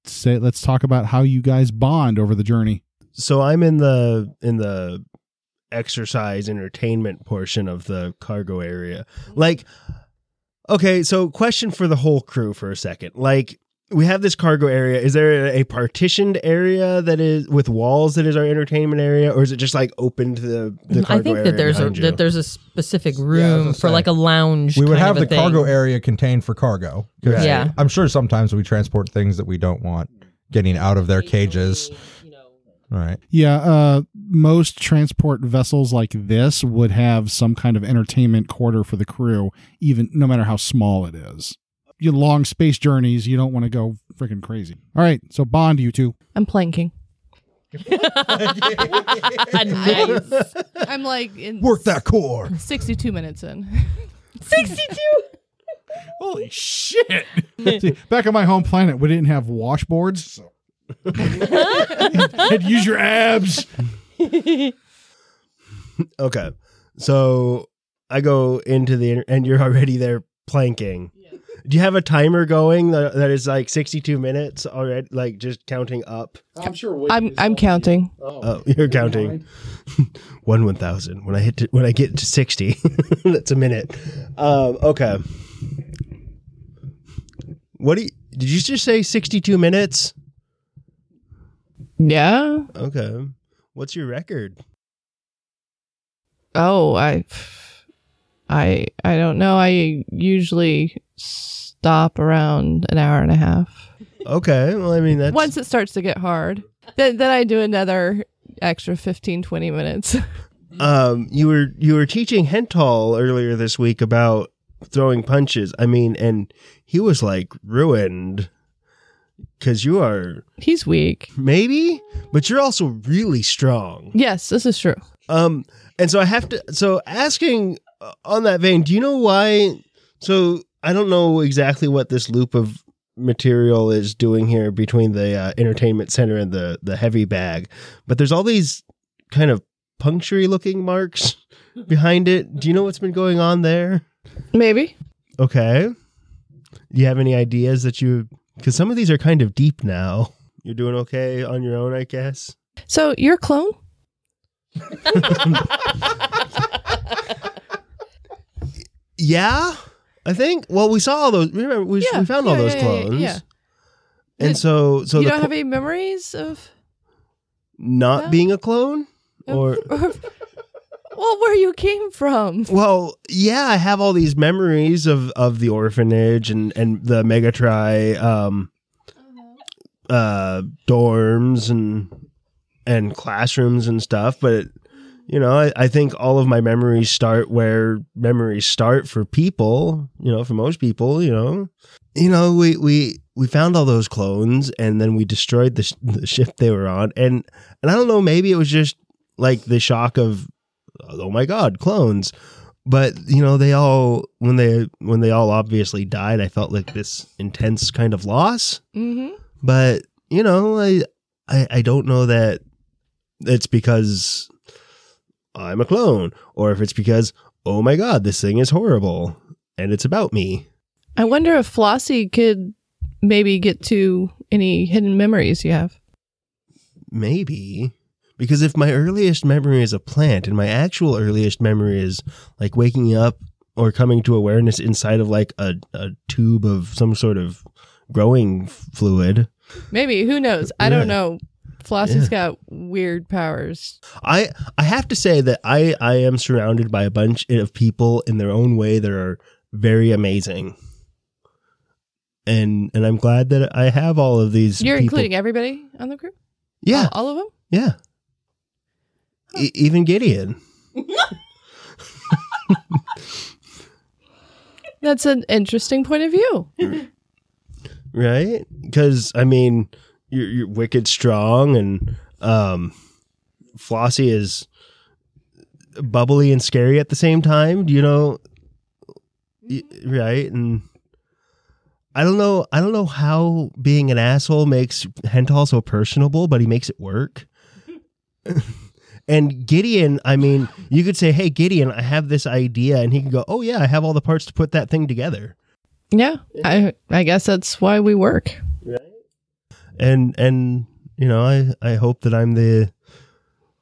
[SPEAKER 3] say, let's talk about how you guys bond over the journey.
[SPEAKER 7] so I'm in the in the exercise entertainment portion of the cargo area.
[SPEAKER 2] Mm-hmm.
[SPEAKER 7] Like okay, so question for the whole crew for a second. Like we have this cargo area. Is there a partitioned area that is with walls that is our entertainment area or is it just like open to the, the cargo
[SPEAKER 2] Mm, I think
[SPEAKER 7] area
[SPEAKER 2] that there's a
[SPEAKER 7] behind you?
[SPEAKER 2] that there's a specific
[SPEAKER 4] gonna
[SPEAKER 2] room for
[SPEAKER 4] say.
[SPEAKER 2] like a lounge.
[SPEAKER 4] We would
[SPEAKER 2] kind
[SPEAKER 4] have
[SPEAKER 2] of a
[SPEAKER 4] the
[SPEAKER 2] thing.
[SPEAKER 4] cargo area contained for cargo. 'cause
[SPEAKER 2] Yeah.
[SPEAKER 4] I'm sure sometimes we transport things that we don't want getting out of their cages. All right.
[SPEAKER 3] Yeah, uh, most transport vessels like this would have some kind of entertainment quarter for the crew, even no matter how small it is. You long space journeys, you don't want to go freaking crazy. All right, so bond you two.
[SPEAKER 6] [laughs] I'm [laughs] planking.
[SPEAKER 2] nice.
[SPEAKER 6] I'm like in
[SPEAKER 4] Work that core.
[SPEAKER 6] 62 minutes in.
[SPEAKER 3] Holy [laughs] shit! back on my home planet, we didn't have washboards.
[SPEAKER 6] [laughs]
[SPEAKER 3] So. [laughs] Had to use your abs.
[SPEAKER 7] Okay. So I go into the and you're already there planking. Do you have a timer going that, that is like 62 minutes already like just counting up?
[SPEAKER 3] I'm sure.
[SPEAKER 6] I'm I'm counting.
[SPEAKER 7] Oh, [laughs] you're counting. One one thousand. When I hit to, when I get to sixty, [laughs] that's a minute. Um, okay. What do you, did you just say? Sixty two minutes.
[SPEAKER 6] [laughs] Yeah.
[SPEAKER 7] Okay. What's your record?
[SPEAKER 6] Oh, I I I don't know. I usually stop around an hour and a half.
[SPEAKER 7] Okay. Well, I mean that's
[SPEAKER 6] Once it starts to get hard, then then I do another extra 15 20 minutes.
[SPEAKER 7] um you were you were teaching Hental earlier this week about throwing punches. I mean, and he was like ruined because you are
[SPEAKER 6] [laughs] He's weak.
[SPEAKER 7] maybe, but you're also really strong.
[SPEAKER 6] Yes, this is true.
[SPEAKER 7] Um, and so I have to. So asking uh, on that vein, do you know why? So I don't know exactly what this loop of material is doing here between the uh, entertainment center and the the heavy bag, but there's all these kind of punctury looking marks behind it? Do you know what's been going on there?
[SPEAKER 6] Maybe.
[SPEAKER 7] Okay. Do you have any ideas that you? Because some of these are kind of deep now. You're doing okay on your own, I guess.
[SPEAKER 6] So you're a clone?
[SPEAKER 7] Yeah, I think. Well, we saw all those. Remember, we,
[SPEAKER 6] Yeah,
[SPEAKER 7] we found all
[SPEAKER 6] yeah,
[SPEAKER 7] those
[SPEAKER 6] yeah, yeah,
[SPEAKER 7] clones.
[SPEAKER 6] yeah.
[SPEAKER 7] And
[SPEAKER 6] Did-
[SPEAKER 7] so, so
[SPEAKER 6] you
[SPEAKER 7] the
[SPEAKER 6] don't
[SPEAKER 7] cl-
[SPEAKER 6] have any memories of,
[SPEAKER 7] not
[SPEAKER 6] No?
[SPEAKER 7] being a clone,
[SPEAKER 6] of-
[SPEAKER 7] or
[SPEAKER 6] of- well, where you came from.
[SPEAKER 7] well, yeah, I have all these memories of of the orphanage and and the Megatri um, uh, dorms and and classrooms and stuff, but. you know, I, I think all of my memories start where memories start for people, you know, for most people, you know. You know, we we we found all those clones and then we destroyed the, sh- the ship they were on and and I don't know, maybe it was just like the shock of oh my god, clones. But, you know, they all when they when they all obviously died, I felt like this intense kind of loss
[SPEAKER 6] hmm
[SPEAKER 7] but you know I, I i don't know that it's because i'm a clone or if it's because oh my god this thing is horrible and it's about me
[SPEAKER 6] I wonder if Flossie could maybe get to any hidden memories you have.
[SPEAKER 7] maybe because if my earliest memory is a plant and my actual earliest memory is like waking up or coming to awareness inside of like a, a tube of some sort of growing fluid
[SPEAKER 6] Maybe. Who knows? I
[SPEAKER 7] Yeah.
[SPEAKER 6] don't know. Flossie's got weird powers.
[SPEAKER 7] I I have to say that I I am surrounded by a bunch of people in their own way that are very amazing. And and I'm glad that I have all of these.
[SPEAKER 6] You're
[SPEAKER 7] people.
[SPEAKER 6] including everybody on the crew?
[SPEAKER 7] yeah,
[SPEAKER 6] All, all of them?
[SPEAKER 7] yeah. E- even Gideon.
[SPEAKER 6] That's an interesting point of view.
[SPEAKER 7] right? Because I mean, you're, you're wicked strong, and um, Flossie is bubbly and scary at the same time. You know, Y- right? And I don't know. I don't know how being an asshole makes Hental so personable, but he makes it work. [laughs] And Gideon, I mean, you could say, "Hey, Gideon, I have this idea," and he can go, "Oh yeah, I have all the parts to put that thing together."
[SPEAKER 6] Yeah. I I guess that's why we work.
[SPEAKER 7] and and you know i i hope that i'm the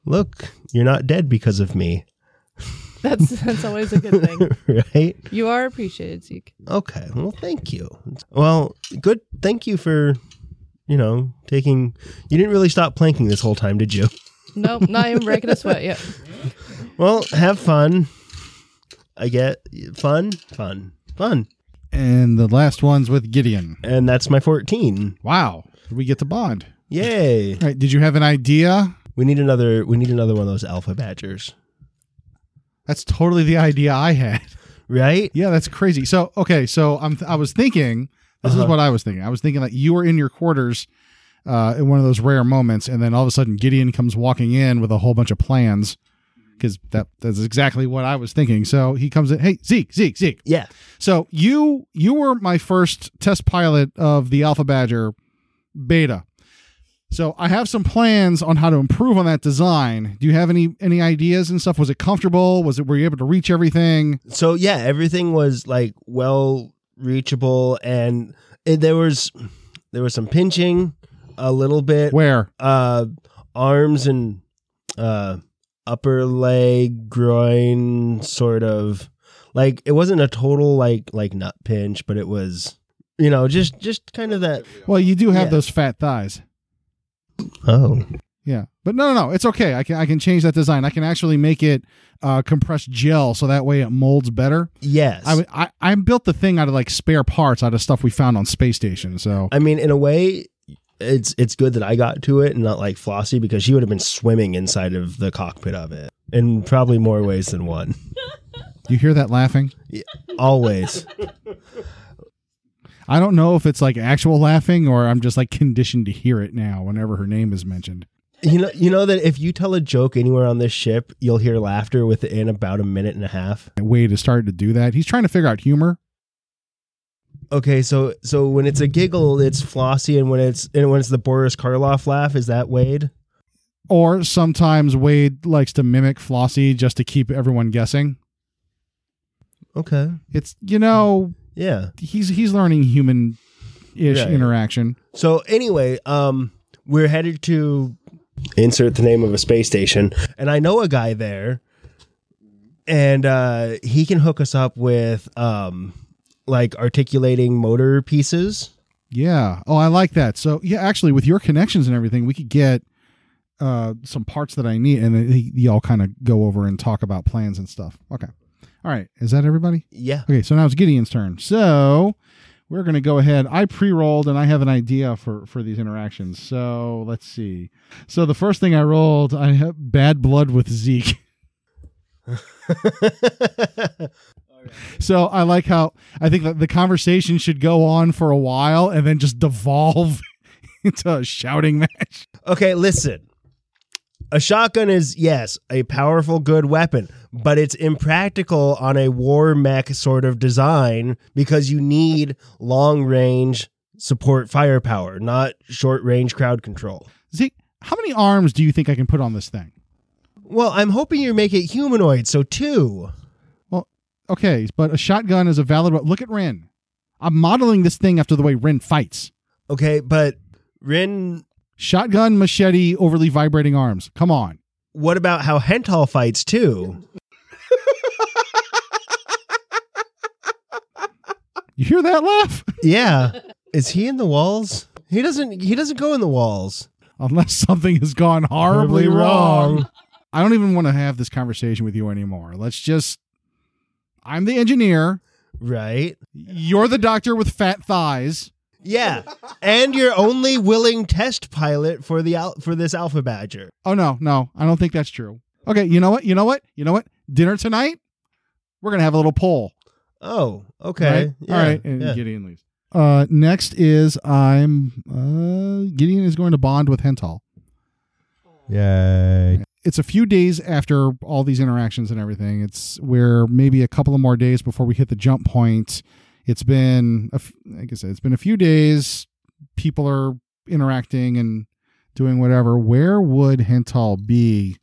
[SPEAKER 7] look you're not dead because of me
[SPEAKER 6] That's that's always a good [laughs] thing.
[SPEAKER 7] [laughs] right
[SPEAKER 6] You are appreciated, Zeke.
[SPEAKER 7] okay well thank you well good thank you for you know taking you didn't really stop planking this whole time did you
[SPEAKER 6] Nope, not even breaking a sweat yet.
[SPEAKER 7] well have fun i get fun fun fun
[SPEAKER 3] And the last one's with Gideon.
[SPEAKER 7] and that's my 14
[SPEAKER 3] Wow. We get to bond.
[SPEAKER 7] yay
[SPEAKER 3] All right. Did you have an idea?
[SPEAKER 7] we need another we need another one of those alpha badgers
[SPEAKER 3] That's totally the idea I had. [laughs]
[SPEAKER 7] right
[SPEAKER 3] Yeah, that's crazy. So okay, so I'm I was thinking this is
[SPEAKER 7] Uh-huh.
[SPEAKER 3] what I was thinking. I was thinking like you were in your quarters uh, in one of those rare moments, and then all of a sudden Gideon comes walking in with a whole bunch of plans because that that's exactly what I was thinking. So he comes in, hey Zeke, Zeke, Zeke.
[SPEAKER 7] yeah
[SPEAKER 3] So you you were my first test pilot of the Alpha Badger beta. So I have some plans on how to improve on that design. Do you have any any ideas and stuff? Was it comfortable? Was it were you able to reach everything?
[SPEAKER 7] so yeah everything was like well reachable and it, there was there was some pinching a little bit
[SPEAKER 3] Where?
[SPEAKER 7] uh arms and uh upper leg groin sort of like it wasn't a total like like nut pinch but it was you know just just kind of that
[SPEAKER 3] Well, you do have
[SPEAKER 7] Yeah.
[SPEAKER 3] those fat thighs.
[SPEAKER 7] oh
[SPEAKER 3] Yeah, but no, no, no. It's okay. I can I can change that design. I can actually make it uh, compressed gel, so that way it molds better.
[SPEAKER 7] yes
[SPEAKER 3] I, would- I I built the thing out of like spare parts out of stuff we found on space station. So
[SPEAKER 7] I mean, in a way, it's it's good that I got to it and not like Flossie because she would have been swimming inside of the cockpit of it in probably more ways than one.
[SPEAKER 3] you hear that laughing?
[SPEAKER 7] Always.
[SPEAKER 3] I don't know if it's like actual laughing or I'm just like conditioned to hear it now whenever her name is mentioned.
[SPEAKER 7] You know, you know that if you tell a joke anywhere on this ship, you'll hear laughter within about a minute and a half.
[SPEAKER 3] Wade has started to do that. He's trying to figure out humor.
[SPEAKER 7] Okay, so so when it's a giggle, it's Flossie, and when it's and when it's the Boris Karloff laugh, is that Wade?
[SPEAKER 3] Or sometimes Wade likes to mimic Flossie just to keep everyone guessing.
[SPEAKER 7] Okay.
[SPEAKER 3] It's you know
[SPEAKER 7] Yeah.
[SPEAKER 3] he's he's learning human ish
[SPEAKER 7] Yeah, yeah.
[SPEAKER 3] interaction.
[SPEAKER 7] So anyway, um, we're headed to insert the name of a space station, and I know a guy there, and uh, he can hook us up with um, like articulating motor pieces.
[SPEAKER 3] Yeah. Oh, I like that. So yeah, actually, with your connections and everything, we could get uh some parts that I need, and then y- y'all kind of go over and talk about plans and stuff. Okay. All right. Is that everybody?
[SPEAKER 7] [laughs] Yeah.
[SPEAKER 3] Okay, so now it's Gideon's turn. So we're going to go ahead. I pre-rolled and I have an idea for for these interactions. So let's see. So the first thing I rolled, I have bad blood with Zeke. [laughs] So I like how I think that the conversation should go on for a while and then just devolve [laughs] into a shouting match.
[SPEAKER 7] okay, listen. A shotgun is yes, a powerful good weapon, but it's impractical on a war mech sort of design because you need long range support firepower, not short range crowd control.
[SPEAKER 3] Zeke, how many arms do you think I can put on this thing?
[SPEAKER 7] Well, I'm hoping you make it humanoid, so two.
[SPEAKER 3] Okay, but a shotgun is a valid. we- Look at Rin. I'm modeling this thing after the way Rin fights.
[SPEAKER 7] Okay, but Rin,
[SPEAKER 3] Shotgun, machete, overly vibrating arms. Come on.
[SPEAKER 7] what about how Hental fights too?
[SPEAKER 3] [laughs] You hear that laugh? [laughs]
[SPEAKER 7] Yeah. Is he in the walls? He doesn't he doesn't go in the walls.
[SPEAKER 3] Unless something has gone horribly wrong. I don't even want to have this conversation with you anymore. Let's just. I'm the engineer.
[SPEAKER 7] Right?
[SPEAKER 3] You're the doctor with fat thighs.
[SPEAKER 7] Yeah, and your only willing test pilot for the al- for this Alpha Badger.
[SPEAKER 3] Oh, no, no. I don't think that's true. Okay, you know what? You know what? You know what? Dinner tonight? We're going to have a little poll.
[SPEAKER 7] Oh, okay,
[SPEAKER 3] Right?
[SPEAKER 7] Yeah,
[SPEAKER 3] All right. And
[SPEAKER 7] yeah.
[SPEAKER 3] Gideon leaves. Uh, next is I'm. Uh, Gideon is going to bond with Hental.
[SPEAKER 4] Yay.
[SPEAKER 3] it's a few days after all these interactions and everything. It's we're maybe a couple of more days before we hit the jump point. It's been, a f- like I said, it's been a few days. People are interacting and doing whatever. Where would Hental be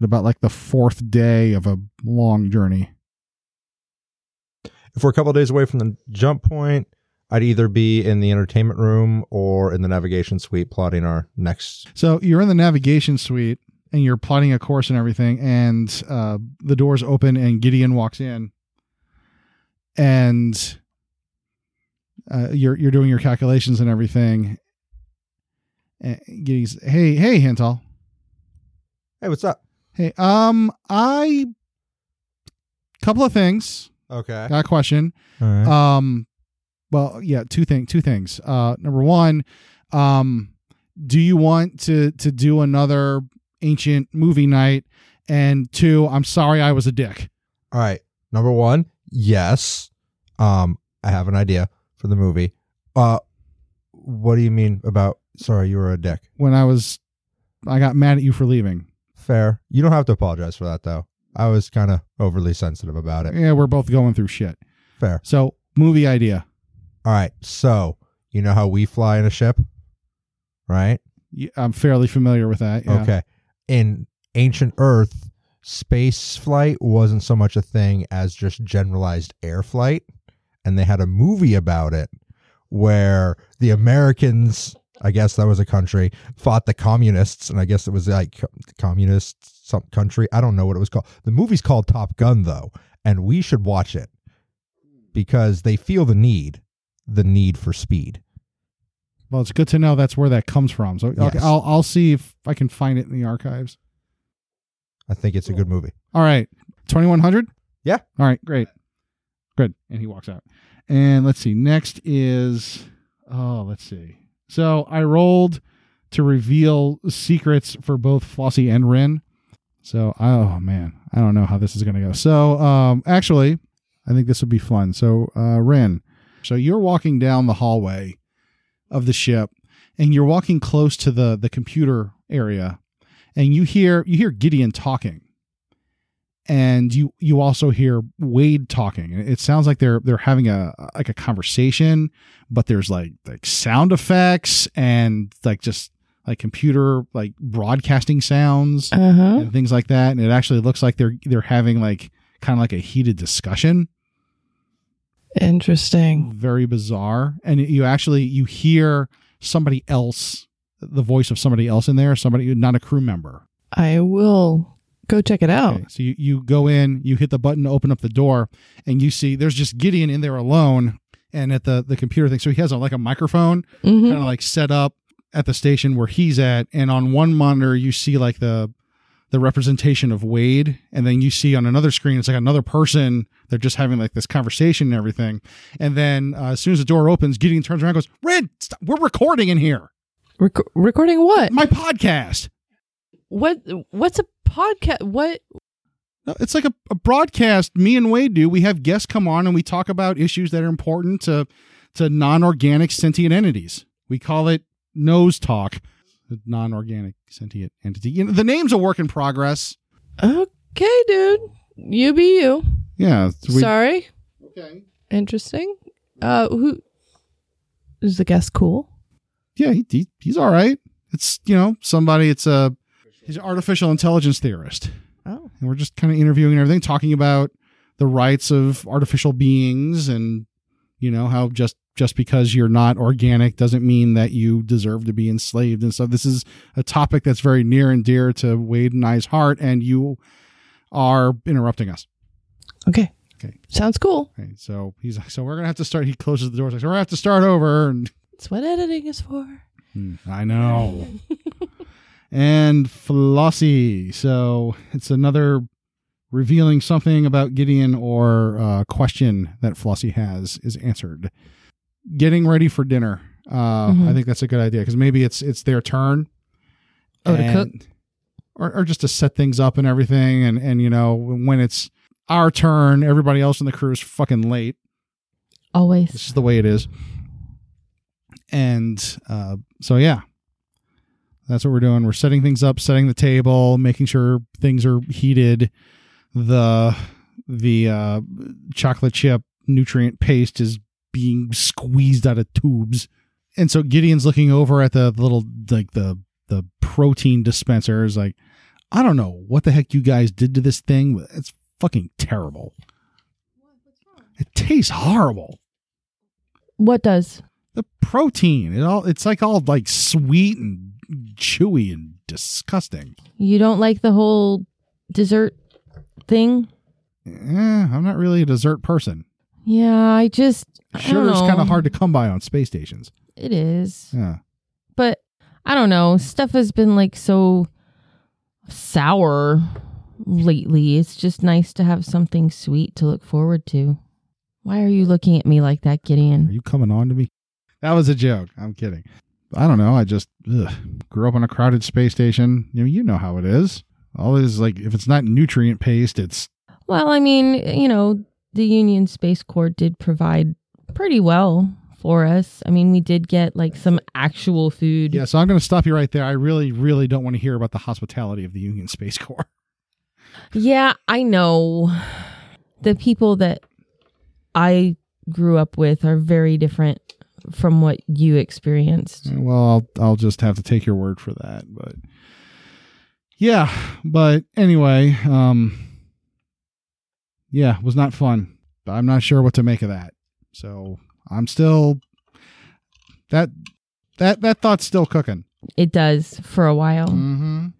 [SPEAKER 3] at about like the fourth day of a long journey?
[SPEAKER 4] If we're a couple of days away from the jump point, I'd either be in the entertainment room or in the navigation suite plotting our next.
[SPEAKER 3] So you're in the navigation suite and you're plotting a course and everything, and uh, the doors open and Gideon walks in, and uh, you're you're doing your calculations and everything. And Gideon's, hey, hey, Hental,
[SPEAKER 4] Hey, what's up?
[SPEAKER 3] hey, um, I, couple of things,
[SPEAKER 4] Okay. Uh,
[SPEAKER 3] got a question.
[SPEAKER 4] All right.
[SPEAKER 3] Um, well, yeah, two thing, two things. Uh, number one, um, do you want to to do another ancient movie night? And two, I'm sorry, I was a dick.
[SPEAKER 4] All right. Number one, yes. Um, I have an idea for the movie. Uh, what do you mean about? Sorry, you were a dick.
[SPEAKER 3] When I was, I got mad at you for leaving.
[SPEAKER 4] Fair. You don't have to apologize for that though. I was kind of overly sensitive about it.
[SPEAKER 3] Yeah, we're both going through shit.
[SPEAKER 4] Fair.
[SPEAKER 3] So, movie idea.
[SPEAKER 4] All right. So you know how we fly in a ship, right?
[SPEAKER 3] Y- I'm fairly familiar with that. yeah.
[SPEAKER 4] Okay. In ancient Earth, space flight wasn't so much a thing as just generalized air flight. And they had a movie about it where the Americans, I guess that was a country, fought the communists. And I guess it was like co- communist some country. I don't know what it was called. The movie's called Top Gun, though. And we should watch it because they feel the need, the need for speed.
[SPEAKER 3] Well, it's good to know that's where that comes from. So, okay,
[SPEAKER 4] Yes.
[SPEAKER 3] I'll I'll see if I can find it in the archives.
[SPEAKER 4] I think it's a good movie.
[SPEAKER 3] All right. 2100?
[SPEAKER 4] Yeah.
[SPEAKER 3] All right. Great. Good. And he walks out. And let's see. Next is, oh, let's see. So I rolled to reveal secrets for both Flossie and Ren. So, oh, man. I don't know how this is going to go. So, um, actually, I think this would be fun. So, uh, Ren, so you're walking down the hallway of the ship and you're walking close to the, the computer area and you hear, you hear Gideon talking and you you also hear Wade talking. And It sounds like they're they're having a like a conversation, but there's like like sound effects and like just like computer like broadcasting sounds
[SPEAKER 6] Uh huh.
[SPEAKER 3] and things like that and it actually looks like they're they're having like kind of like a heated discussion
[SPEAKER 6] Interesting.
[SPEAKER 3] very bizarre and you actually you hear somebody else the voice of somebody else in there somebody not a crew member
[SPEAKER 6] I will go check it out.
[SPEAKER 3] Okay, so you, you go in, you hit the button to open up the door, and you see there's just Gideon in there alone and at the, the computer thing. So he has a, like a microphone
[SPEAKER 6] hmm
[SPEAKER 3] kind of like set up at the station where he's at. And on one monitor, you see like the the representation of Wade. And then you see on another screen, it's like another person. They're just having like this conversation and everything. And then uh, as soon as the door opens, Gideon turns around and goes, Red, stop, we're recording in here.
[SPEAKER 6] Rec- recording what?
[SPEAKER 3] My podcast.
[SPEAKER 6] What? What's a podcast? What?
[SPEAKER 3] No, it's like a, a broadcast me and Wade do. We have guests come on and we talk about issues that are important to to non-organic sentient entities. We call it nose talk, the non-organic sentient entity. You know, the name's a work in progress.
[SPEAKER 6] Okay, dude. You be you.
[SPEAKER 3] Yeah, it's- we-
[SPEAKER 6] Sorry. Okay. Interesting. Uh, who is the guest? Cool.
[SPEAKER 3] yeah, he, he- he's all right. It's you know somebody. It's a he's an artificial intelligence theorist,
[SPEAKER 6] Oh,
[SPEAKER 3] and we're just kind of interviewing and everything, talking about the rights of artificial beings and you know how just just because you're not organic doesn't mean that you deserve to be enslaved and so this is a topic that's very near and dear to wade and i's heart and you are interrupting us
[SPEAKER 6] okay.
[SPEAKER 3] Okay.
[SPEAKER 6] Sounds cool.
[SPEAKER 3] okay, so he's like so we're gonna have to start he closes the door he's like so we're gonna have to start over and
[SPEAKER 6] That's what editing is for.
[SPEAKER 3] Hmm, I know. [laughs] and Flossie. So it's another revealing something about Gideon or uh, question that Flossie has is answered. Getting ready for dinner. Uh,
[SPEAKER 2] Mm-hmm.
[SPEAKER 6] Mhm.
[SPEAKER 3] I think that's a good idea because maybe it's it's their turn.
[SPEAKER 2] Oh, to cook?
[SPEAKER 3] Or, or just to set things up and everything. And, and, you know, when it's our turn, everybody else in the crew is fucking late. This
[SPEAKER 8] Always.
[SPEAKER 3] is the way it is. And uh, so, yeah, that's what we're doing. We're setting things up, setting the table, making sure things are heated. The the uh, chocolate chip nutrient paste is being squeezed out of tubes, and so Gideon's looking over at the little like the the protein dispenser is like, I don't know what the heck you guys did to this thing. but It's fucking terrible. It tastes horrible
[SPEAKER 8] What does?
[SPEAKER 3] the protein it all it's like all like sweet and chewy and disgusting
[SPEAKER 8] You don't like the whole dessert thing?
[SPEAKER 3] eh, i'm not really a dessert person
[SPEAKER 8] Yeah, I just. I don't
[SPEAKER 3] sugar's
[SPEAKER 8] know.
[SPEAKER 6] Oh.
[SPEAKER 3] kind of hard to come by on space stations
[SPEAKER 8] It is.
[SPEAKER 3] yeah
[SPEAKER 8] But I don't know. Stuff has been like so sour lately. It's just nice to have something sweet to look forward to. Why are you looking at me like that,
[SPEAKER 3] are
[SPEAKER 8] Gideon?
[SPEAKER 3] you coming on to me that was a joke i'm kidding i don't know i just ugh, grew up on a crowded space station you know, you know how it is all is like if it's not nutrient paste it's
[SPEAKER 8] Well, I mean, you know, the Union Space Corps did provide pretty well for us. I mean, we did get like some actual food.
[SPEAKER 3] yeah so i'm going to stop you right there i really really don't want to hear about the hospitality of the union space corps
[SPEAKER 8] Yeah, I know. The people that I grew up with are very different from what you experienced.
[SPEAKER 3] Well, I'll I'll just have to take your word for that, but yeah, but anyway, um yeah, was not fun. I'm not sure what to make of that. So, I'm still that that that thought's still cooking.
[SPEAKER 8] It does for a while.
[SPEAKER 3] Mhm.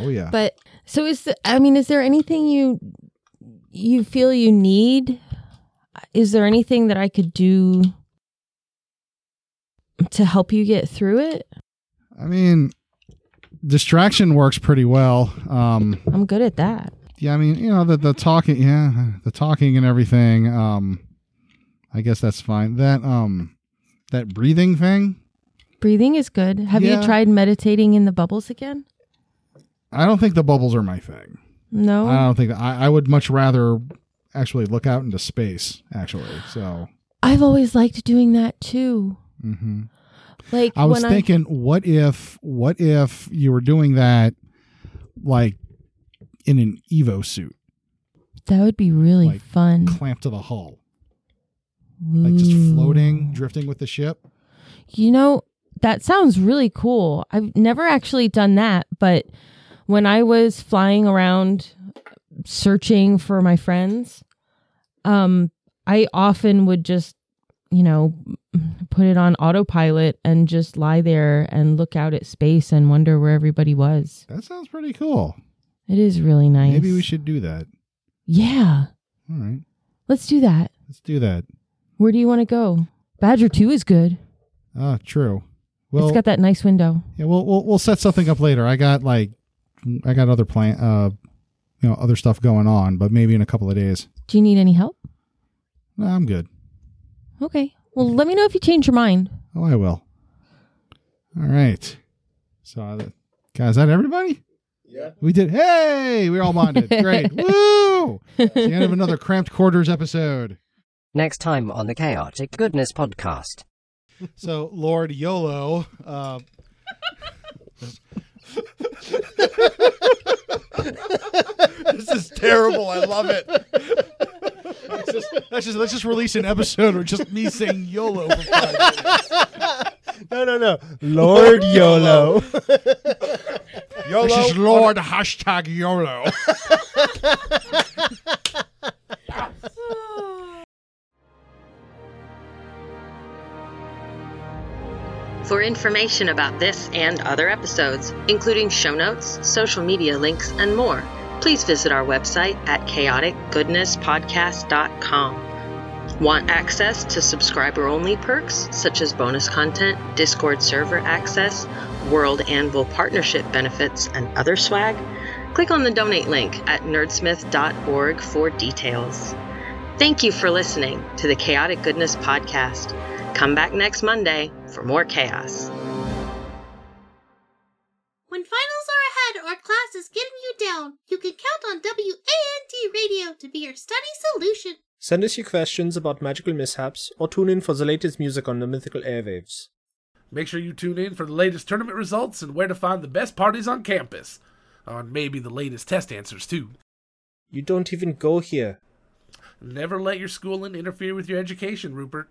[SPEAKER 3] Oh yeah.
[SPEAKER 8] But so is the, I mean, is there anything you you feel you need? Is there anything that I could do to help you get through it?
[SPEAKER 3] I mean, distraction works pretty well. Um
[SPEAKER 8] I'm good at that.
[SPEAKER 3] yeah, I mean, you know, the the talking, yeah, the talking and everything. Um, I guess that's fine. That um, that breathing thing.
[SPEAKER 8] Breathing is good. Have
[SPEAKER 3] Yeah.
[SPEAKER 8] you tried meditating in the bubbles again?
[SPEAKER 3] I don't think the bubbles are my thing.
[SPEAKER 6] Oh.
[SPEAKER 8] No.
[SPEAKER 3] I don't think that. I, I would much rather actually look out into space. Actually, so
[SPEAKER 8] I've always liked doing that too.
[SPEAKER 3] hmm
[SPEAKER 8] Like
[SPEAKER 3] I was
[SPEAKER 8] when
[SPEAKER 3] thinking, what if, what if you were doing that, like, in an Evo suit,
[SPEAKER 8] that would be really
[SPEAKER 3] like,
[SPEAKER 8] fun.
[SPEAKER 3] clamped to the hull, like just
[SPEAKER 8] Ooh.
[SPEAKER 2] Mm.
[SPEAKER 3] floating, drifting with the ship.
[SPEAKER 8] You know,
[SPEAKER 2] that sounds really cool. I've never actually done that, but when I was flying around searching for my friends, um, I often would just, you know, put it on autopilot and just lie there and look out at space and wonder where everybody was.
[SPEAKER 3] That sounds pretty cool.
[SPEAKER 2] It is really nice.
[SPEAKER 3] Maybe we should do that.
[SPEAKER 2] Yeah,
[SPEAKER 3] All right.
[SPEAKER 2] let's do that.
[SPEAKER 3] Let's do that.
[SPEAKER 2] Where do you want to go? Badger 2 is good.
[SPEAKER 3] Ah, true. Well,
[SPEAKER 2] it's got that nice window.
[SPEAKER 3] yeah, we'll, we'll we'll set something up later. I got like I got other plan uh you know, other stuff going on, but maybe in a couple of days.
[SPEAKER 2] Do you need any help?
[SPEAKER 3] No, I'm good.
[SPEAKER 2] Okay. Well, let me know if you change your mind.
[SPEAKER 3] Oh, I will. All right. So, uh, guys, is that everybody? Yeah. We did. Hey, we're all bonded.
[SPEAKER 2] [laughs]
[SPEAKER 3] Great. Woo! It's the end of another cramped quarters episode.
[SPEAKER 9] Next time on the Chaotic Goodness Podcast.
[SPEAKER 3] So, Lord YOLO. Uh,
[SPEAKER 10] This is terrible. I love it.
[SPEAKER 3] let's, just, let's just let's just release an episode or just me saying YOLO. For five minutes.
[SPEAKER 7] No, no, [laughs] Oh, no. Lord [laughs] YOLO.
[SPEAKER 3] This is Lord hashtag YOLO.
[SPEAKER 1] For information about this and other episodes, including show notes, social media links, and more, please visit our website at chaoticgoodnesspodcast.com. Want access to subscriber only perks such as bonus content, Discord server access, World Anvil partnership benefits, and other swag? Click on the donate link at nerdsmith.org for details. Thank you for listening to the Chaotic Goodness Podcast. Come back next Monday for more chaos.
[SPEAKER 6] When finals are ahead or class is getting you down, you can count on WANT Radio to be your study solution.
[SPEAKER 11] Send us your questions about magical mishaps or tune in for the latest music on the mythical airwaves.
[SPEAKER 12] Make sure you tune in for the latest tournament results and where to find the best parties on campus. On maybe the latest test answers, too.
[SPEAKER 11] You don't even go here.
[SPEAKER 12] Never let your schooling interfere with your education, Rupert.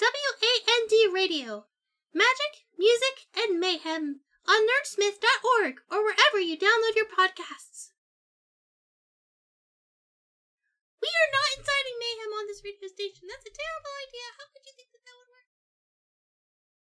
[SPEAKER 6] WAND Radio. Magic, music, and mayhem on nerdsmith.org or wherever you download your podcasts. We are not inciting mayhem on this radio station. That's a terrible idea. How could you?